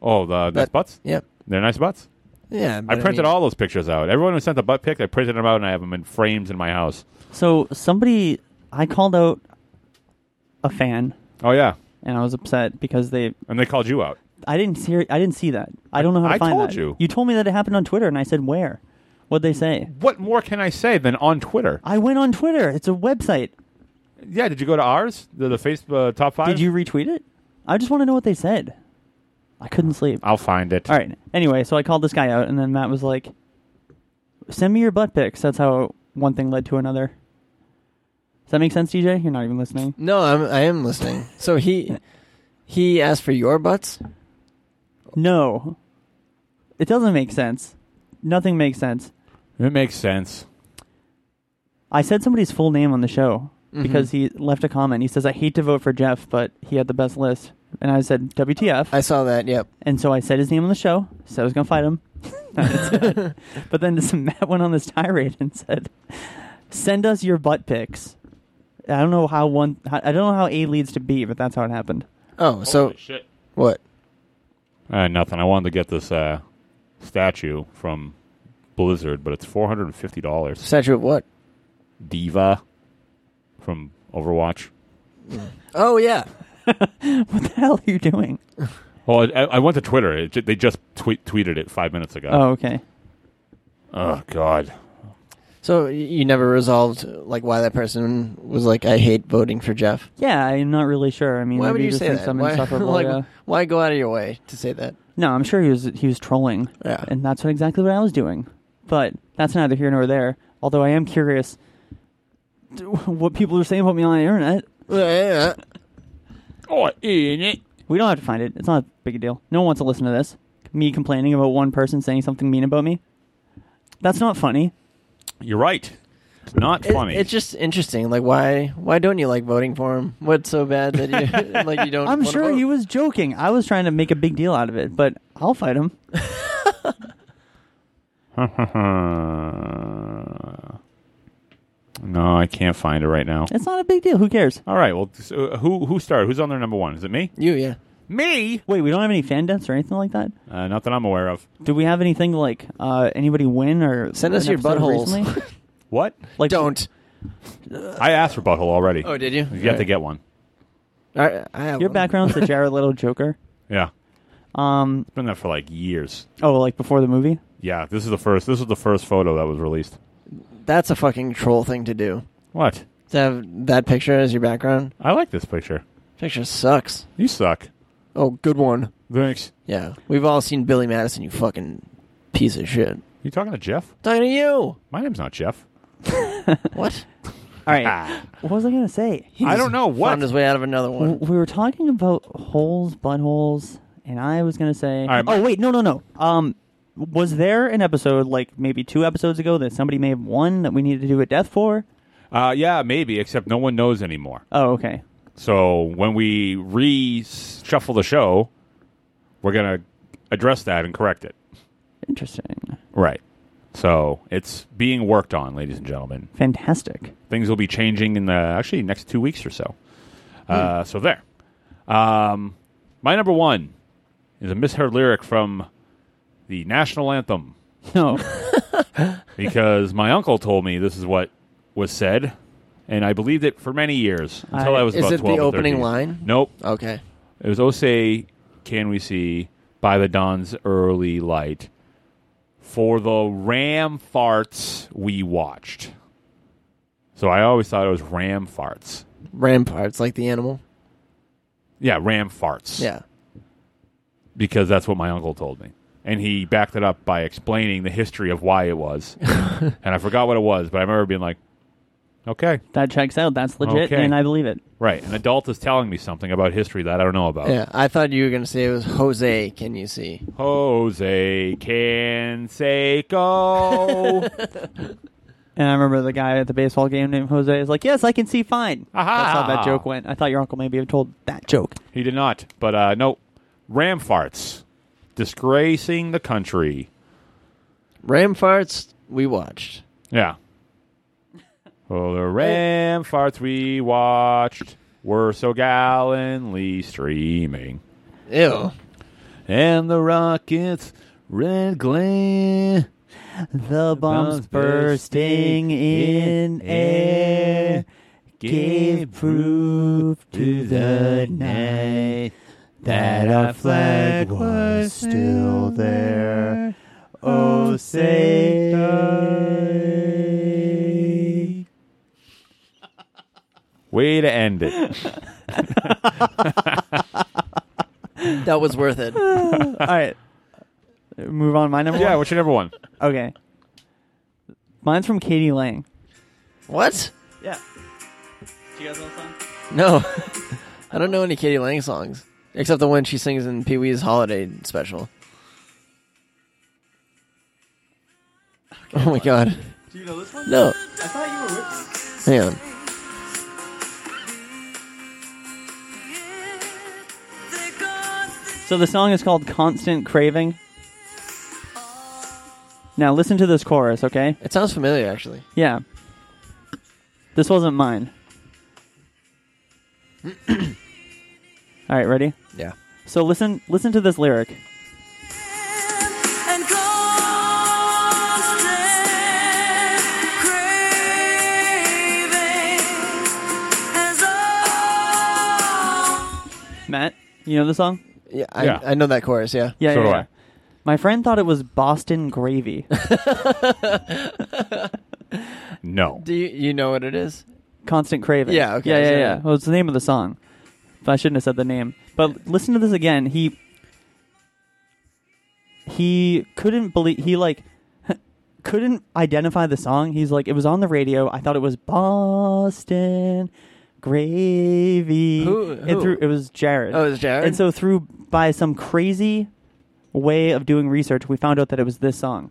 [SPEAKER 7] Oh, the nice
[SPEAKER 5] That-
[SPEAKER 7] butts.
[SPEAKER 5] Yep.
[SPEAKER 7] They're nice butts.
[SPEAKER 5] Yeah.
[SPEAKER 7] I
[SPEAKER 5] but
[SPEAKER 7] printed
[SPEAKER 5] mean-
[SPEAKER 7] all those pictures out. Everyone who sent a butt pic, I printed them out and I have them in frames in my house.
[SPEAKER 3] So somebody, I called out a fan,
[SPEAKER 7] Oh yeah,
[SPEAKER 3] and I was upset because they.
[SPEAKER 7] and they called you out.
[SPEAKER 3] I didn't see. I didn't see that. I don't know how to
[SPEAKER 7] I
[SPEAKER 3] find
[SPEAKER 7] told
[SPEAKER 3] that.
[SPEAKER 7] you.
[SPEAKER 3] You told me that it happened on Twitter, and I said where. What'd they say?
[SPEAKER 7] What more can I say than on Twitter?
[SPEAKER 3] I went on Twitter. It's a website.
[SPEAKER 7] Yeah, did you go to ours, the, the Facebook uh, top five?
[SPEAKER 3] Did you retweet it? I just want to know what they said. I couldn't sleep.
[SPEAKER 7] I'll find it.
[SPEAKER 3] All right. Anyway, so I called this guy out, and then Matt was like, "Send me your butt pics." That's how one thing led to another. Does that make sense, DJ? You're not even listening.
[SPEAKER 5] No, I'm, I am listening. So he he asked for your butts.
[SPEAKER 3] No, it doesn't make sense. Nothing makes sense.
[SPEAKER 7] It makes sense.
[SPEAKER 3] I said somebody's full name on the show because he left a comment. He says, "I hate to vote for Jeff, but he had the best list." And I said, "WTF?"
[SPEAKER 5] I saw that. Yep.
[SPEAKER 3] And so I said his name on the show. Said I was gonna fight him. but then this, Matt went on this tirade and said, "Send us your butt pics." I don't know how one. How, I don't know how A leads to B, but that's how it happened.
[SPEAKER 5] Oh, so
[SPEAKER 7] shit.
[SPEAKER 5] what?
[SPEAKER 7] Uh, nothing. I wanted to get this uh, statue from Blizzard, but it's four hundred and fifty dollars.
[SPEAKER 5] Statue of what?
[SPEAKER 7] Diva from Overwatch.
[SPEAKER 5] Oh yeah.
[SPEAKER 3] What the hell are you doing?
[SPEAKER 7] Oh, I, I went to Twitter. It, ju- they just tweet, tweeted it five minutes ago.
[SPEAKER 3] Oh, okay.
[SPEAKER 7] oh God.
[SPEAKER 5] So y- you never resolved like why that person was like, I hate voting for Jeff.
[SPEAKER 3] Yeah, I'm not really sure. I mean,
[SPEAKER 5] Why
[SPEAKER 3] maybe
[SPEAKER 5] would
[SPEAKER 3] he
[SPEAKER 5] you
[SPEAKER 3] just
[SPEAKER 5] say
[SPEAKER 3] thinks
[SPEAKER 5] that?
[SPEAKER 3] I'm
[SPEAKER 5] Why,
[SPEAKER 3] insufferable.
[SPEAKER 5] like,
[SPEAKER 3] yeah.
[SPEAKER 5] why go out of your way to say that?
[SPEAKER 3] No, I'm sure he was he was trolling.
[SPEAKER 5] Yeah.
[SPEAKER 3] And that's what- exactly what I was doing. But that's neither here nor there. Although I am curious d- what people are saying about me on the internet.
[SPEAKER 5] Yeah.
[SPEAKER 7] Oh, in it.
[SPEAKER 3] We don't have to find it. It's not a big a deal. No one wants to listen to this. Me complaining about one person saying something mean about me. That's not funny.
[SPEAKER 7] You're right. It's not
[SPEAKER 5] It-
[SPEAKER 7] funny.
[SPEAKER 5] it's just interesting. Like why why don't you like voting for him? What's so bad that you like you don't?
[SPEAKER 3] I'm
[SPEAKER 5] wanna
[SPEAKER 3] sure
[SPEAKER 5] vote?
[SPEAKER 3] he was joking. I was trying to make a big deal out of it, but I'll fight him.
[SPEAKER 7] no, I can't find it right now.
[SPEAKER 3] It's not a big deal. Who cares?
[SPEAKER 7] All right. Well, so who who started? Who's on their number one? Is it me?
[SPEAKER 5] You yeah.
[SPEAKER 7] Me?
[SPEAKER 3] Wait, we don't have any fan deaths or anything like that?
[SPEAKER 7] Uh, not that I'm aware of.
[SPEAKER 3] Do we have anything like uh, anybody win or
[SPEAKER 5] Send us
[SPEAKER 3] an
[SPEAKER 5] your
[SPEAKER 3] episode
[SPEAKER 5] buttholes.
[SPEAKER 3] recently?
[SPEAKER 7] What?
[SPEAKER 3] Like
[SPEAKER 5] Don't.
[SPEAKER 7] I asked for butthole already.
[SPEAKER 5] Oh, did you?
[SPEAKER 7] You have to get one.
[SPEAKER 5] I, I have
[SPEAKER 3] Your
[SPEAKER 5] one.
[SPEAKER 3] background's the Jared Little Joker.
[SPEAKER 7] Yeah.
[SPEAKER 3] Um,
[SPEAKER 7] It's been there for like years.
[SPEAKER 3] oh, like before the movie?
[SPEAKER 7] Yeah, this is the first. This is the first photo that was released.
[SPEAKER 5] That's a fucking troll thing to do.
[SPEAKER 7] What?
[SPEAKER 5] To have that picture as your background.
[SPEAKER 7] I like this picture.
[SPEAKER 5] Picture sucks.
[SPEAKER 7] You suck.
[SPEAKER 5] Oh, good one.
[SPEAKER 7] Thanks.
[SPEAKER 5] Yeah, we've all seen Billy Madison. You fucking piece of shit.
[SPEAKER 7] You talking to Jeff?
[SPEAKER 5] Talking to you.
[SPEAKER 7] My name's not Jeff.
[SPEAKER 5] What?
[SPEAKER 3] All right. what was I gonna say?
[SPEAKER 7] I don't know what.
[SPEAKER 5] Found his way out of another
[SPEAKER 3] W-
[SPEAKER 5] one.
[SPEAKER 3] We were talking about holes, buttholes, and I was gonna say.
[SPEAKER 7] right, my-
[SPEAKER 3] oh wait, no, no, no. Um, was there an episode like maybe two episodes ago that somebody may have won that we needed to do a death for?
[SPEAKER 7] Uh, yeah, maybe. Except no one knows anymore.
[SPEAKER 3] Oh, okay.
[SPEAKER 7] So when we reshuffle the show, we're gonna address that and correct it.
[SPEAKER 3] Interesting.
[SPEAKER 7] Right. So it's being worked on, ladies and gentlemen.
[SPEAKER 3] Fantastic.
[SPEAKER 7] things will be changing in the actually next two weeks or so.
[SPEAKER 5] Hmm.
[SPEAKER 7] Uh, so there. Um, my number one is a misheard lyric from the national anthem
[SPEAKER 3] No.
[SPEAKER 7] because my uncle told me this is what was said, and I believed it for many years until I,
[SPEAKER 3] I-
[SPEAKER 7] was
[SPEAKER 5] Is
[SPEAKER 7] about
[SPEAKER 5] it the
[SPEAKER 7] twelve. or
[SPEAKER 5] opening
[SPEAKER 7] 13.
[SPEAKER 5] line?
[SPEAKER 7] Nope.
[SPEAKER 5] Okay.
[SPEAKER 7] It was "Oh say, can we see by the dawn's early light." For the ram farts we watched. So I always thought it was ram farts.
[SPEAKER 5] Ramparts, like the animal.
[SPEAKER 7] Yeah, ram farts.
[SPEAKER 5] Yeah.
[SPEAKER 7] Because that's what my uncle told me. And he backed it up by explaining the history of why it was. and I forgot what it was, but I remember being like, okay,
[SPEAKER 3] that checks out. That's legit,
[SPEAKER 7] Okay.
[SPEAKER 3] and I believe it.
[SPEAKER 7] right. An adult is telling me something about history that I don't know about.
[SPEAKER 5] Yeah. I thought you were going to say it was Jose, can you see?
[SPEAKER 7] Jose Canseco.
[SPEAKER 3] And I remember the guy at the baseball game named Jose is like, "Yes, I can see fine."
[SPEAKER 7] Aha.
[SPEAKER 3] That's how that joke went. I thought your uncle maybe had told that joke.
[SPEAKER 7] he did not. But uh, no, ram farts. Disgracing the country.
[SPEAKER 5] Ramparts, we watched.
[SPEAKER 7] Yeah. Well, Oh, the ram farts we watched were so gallantly streaming,
[SPEAKER 5] Ew.
[SPEAKER 7] and the rockets red glare.
[SPEAKER 3] The bombs bursting in air gave proof to the night that our flag was still there. Oh, say.
[SPEAKER 7] Way to end it.
[SPEAKER 5] That was worth it.
[SPEAKER 3] All right. Move on. My number
[SPEAKER 7] yeah,
[SPEAKER 3] one?
[SPEAKER 7] what's your number one?
[SPEAKER 3] Okay. Mine's from Katie Lang.
[SPEAKER 5] what?
[SPEAKER 3] Yeah. Do you guys know the song?
[SPEAKER 5] No. I don't know any Katie Lang songs, except the one she sings in Pee Wee's Holiday special. Oh my god.
[SPEAKER 3] Do you know this one?
[SPEAKER 5] No.
[SPEAKER 3] I thought you were with
[SPEAKER 5] Hang on.
[SPEAKER 3] So the song is called Constant Craving. Now listen to this chorus, okay?
[SPEAKER 5] It sounds familiar, actually.
[SPEAKER 3] Yeah. This wasn't mine. All right, ready?
[SPEAKER 5] Yeah.
[SPEAKER 3] So listen listen to this lyric.
[SPEAKER 6] And constant craving has all
[SPEAKER 3] Matt, you know the song?
[SPEAKER 5] Yeah, I,
[SPEAKER 7] Yeah.
[SPEAKER 5] I know that chorus, yeah.
[SPEAKER 3] Yeah,
[SPEAKER 7] So
[SPEAKER 3] yeah,
[SPEAKER 7] do
[SPEAKER 3] yeah.
[SPEAKER 7] I.
[SPEAKER 3] My friend thought it was Boston gravy.
[SPEAKER 7] No.
[SPEAKER 5] Do you, you know what it is?
[SPEAKER 3] Constant Craving.
[SPEAKER 5] Yeah, okay,
[SPEAKER 3] Yeah,
[SPEAKER 5] so-
[SPEAKER 3] yeah, yeah. Well, it's the name of the song. But I shouldn't have said the name. But listen to this again. He he couldn't believe he like couldn't identify the song. He's like it was on the radio. I thought it was Boston Gravy.
[SPEAKER 5] Who-
[SPEAKER 3] And through,
[SPEAKER 5] who?
[SPEAKER 3] it was Jared.
[SPEAKER 5] Oh, it was Jared?
[SPEAKER 3] And so through by some crazy way of doing research, we found out that it was this song.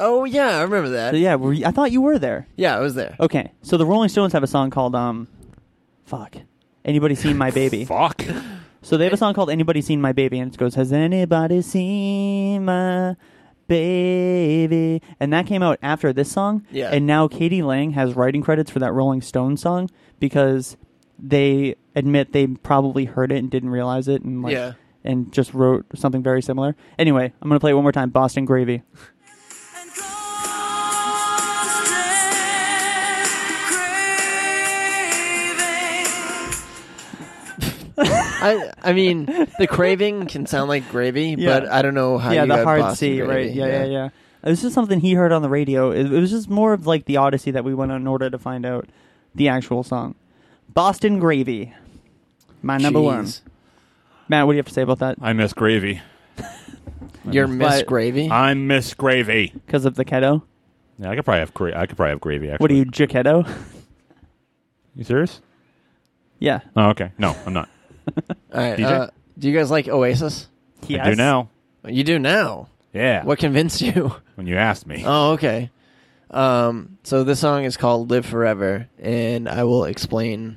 [SPEAKER 5] Oh, yeah, I remember that.
[SPEAKER 3] So yeah, Oh. were you- I thought you were there.
[SPEAKER 5] Yeah, I was there.
[SPEAKER 3] Okay, so the Rolling Stones have a song called um, fuck. Anybody seen my baby?
[SPEAKER 7] Fuck.
[SPEAKER 3] so they have a song called "Anybody Seen My Baby," and it goes, "Has anybody seen my baby?" And that came out after this song.
[SPEAKER 5] Yeah.
[SPEAKER 3] And now Katie Lang has writing credits for that Rolling Stones song because they admit they probably heard it and didn't realize it, and like,
[SPEAKER 5] Yeah.
[SPEAKER 3] and just wrote something very similar. Anyway, I'm gonna play it one more time. Boston Gravy.
[SPEAKER 6] and constant craving
[SPEAKER 5] I I mean, the craving can sound like gravy,
[SPEAKER 3] Yeah.
[SPEAKER 5] but I don't know how.
[SPEAKER 3] yeah,
[SPEAKER 5] you
[SPEAKER 3] the
[SPEAKER 5] got
[SPEAKER 3] hard
[SPEAKER 5] Boston
[SPEAKER 3] C,
[SPEAKER 5] gravy.
[SPEAKER 3] right? Yeah, yeah, yeah. It was just something he heard on the radio. It, it was just more of like the Odyssey that we went on in order to find out the actual song. Boston Gravy, my number one.
[SPEAKER 5] Jeez.
[SPEAKER 3] Matt, what do you have to say about that?
[SPEAKER 7] I miss gravy.
[SPEAKER 5] Your Miss
[SPEAKER 3] But-
[SPEAKER 5] Gravy.
[SPEAKER 7] I miss gravy.
[SPEAKER 3] Because of the keto?
[SPEAKER 7] Yeah, I could probably have gra- I could probably have gravy. Actually,
[SPEAKER 3] What are you, Jaketo?
[SPEAKER 7] You serious?
[SPEAKER 3] yeah.
[SPEAKER 7] Oh, okay. No, I'm not.
[SPEAKER 5] All right,
[SPEAKER 7] DJ?
[SPEAKER 5] uh, do you guys like Oasis?
[SPEAKER 3] Yes.
[SPEAKER 7] I do now.
[SPEAKER 5] You do now.
[SPEAKER 7] Yeah.
[SPEAKER 5] What convinced you?
[SPEAKER 7] When you asked me.
[SPEAKER 5] Oh, okay. Um, so this song is called "Live Forever," and I will explain.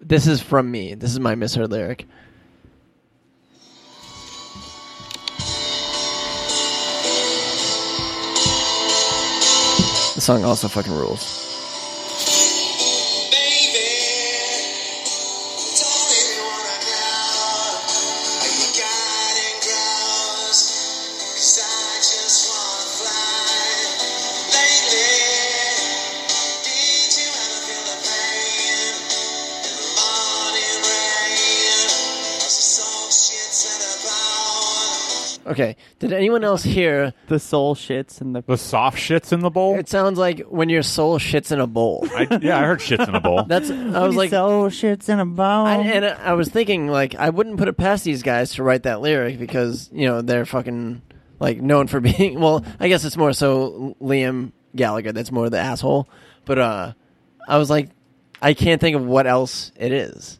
[SPEAKER 5] This is from me. This is my misheard lyric. The song also fucking rules. Okay. Did anyone else hear?
[SPEAKER 3] The soul shits and the.
[SPEAKER 7] The soft shits in the bowl.
[SPEAKER 5] It sounds like when your soul shits in a bowl.
[SPEAKER 7] I, yeah, I heard shits in a bowl.
[SPEAKER 5] That's. I was like,
[SPEAKER 3] soul shits in a bone.
[SPEAKER 5] I, and uh, I was thinking, like, I wouldn't put it past these guys to write that lyric because you know they're fucking like known for being. Well, I guess it's more so Liam Gallagher that's more the asshole. But uh, I was like, I can't think of what else it is.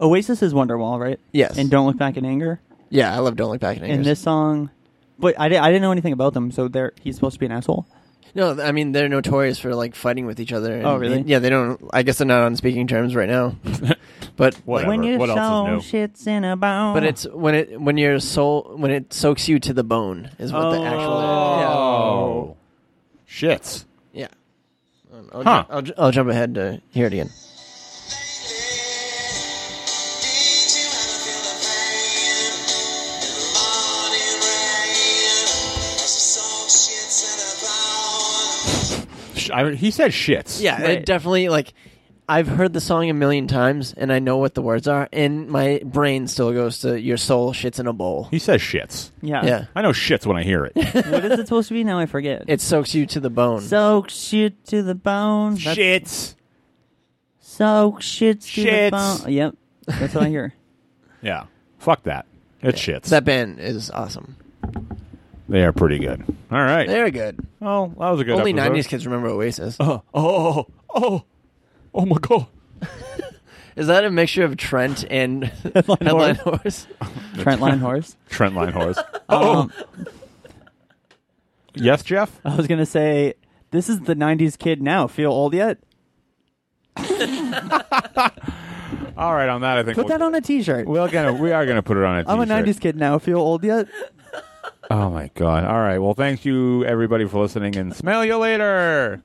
[SPEAKER 3] Oasis is Wonderwall, right?
[SPEAKER 5] Yes.
[SPEAKER 3] And Don't Look Back in Anger.
[SPEAKER 5] Yeah, I love Don't Look Back in Anger.
[SPEAKER 3] And this song. But I, di- I didn't know anything about them, so they're, he's supposed to be an asshole.
[SPEAKER 5] no, I mean they're notorious for like fighting with each other. and-
[SPEAKER 3] Oh, really?
[SPEAKER 5] Yeah, they don't. I guess they're not on speaking terms right now. but
[SPEAKER 7] Whatever. what else is new?
[SPEAKER 3] shits in a bone.
[SPEAKER 5] But it's when it when your soul when it soaks you to the bone is what the actual
[SPEAKER 7] Oh, shits.
[SPEAKER 5] yeah. I'll,
[SPEAKER 7] Huh.
[SPEAKER 5] ju- I'll, ju- I'll jump ahead to hear it again.
[SPEAKER 7] Sh- I, he said shits.
[SPEAKER 5] Yeah, it definitely like I've heard the song a million times and I know what the words are, and my brain still goes to "Your soul shits in a bowl."
[SPEAKER 7] He says shits.
[SPEAKER 3] Yeah.
[SPEAKER 5] Yeah,
[SPEAKER 7] I know shits when I hear it.
[SPEAKER 3] what is it supposed to be now? I forget.
[SPEAKER 5] it soaks you to the bone.
[SPEAKER 3] Soak shit to the bone. That's-
[SPEAKER 7] shits.
[SPEAKER 3] Soak shit to the
[SPEAKER 7] Shits.
[SPEAKER 3] bone. Yep. That's what I hear.
[SPEAKER 7] Yeah. Fuck that. It's shits.
[SPEAKER 5] that band is awesome.
[SPEAKER 7] they are pretty good. All right.
[SPEAKER 5] They're good.
[SPEAKER 7] Oh, that was a good
[SPEAKER 5] Only
[SPEAKER 7] episode.
[SPEAKER 5] '90s kids remember Oasis.
[SPEAKER 7] Oh, oh, oh, oh my god.
[SPEAKER 5] Is that a mixture of Trent and Headline Horse?
[SPEAKER 3] Trent Line Horse.
[SPEAKER 7] Trent line horse.
[SPEAKER 3] Um,
[SPEAKER 7] yes, Jeff.
[SPEAKER 3] I was gonna say this is the '90s kid now. Feel old yet?
[SPEAKER 7] All right. On that, I think
[SPEAKER 3] Put
[SPEAKER 7] we'll,
[SPEAKER 3] that on a T-shirt.
[SPEAKER 7] we're gonna we are gonna put it on a
[SPEAKER 3] I'm a
[SPEAKER 7] t-shirt.
[SPEAKER 3] '90s kid now. Feel old yet?
[SPEAKER 7] Oh my god. All right. Well, thank you everybody for listening and smell you later.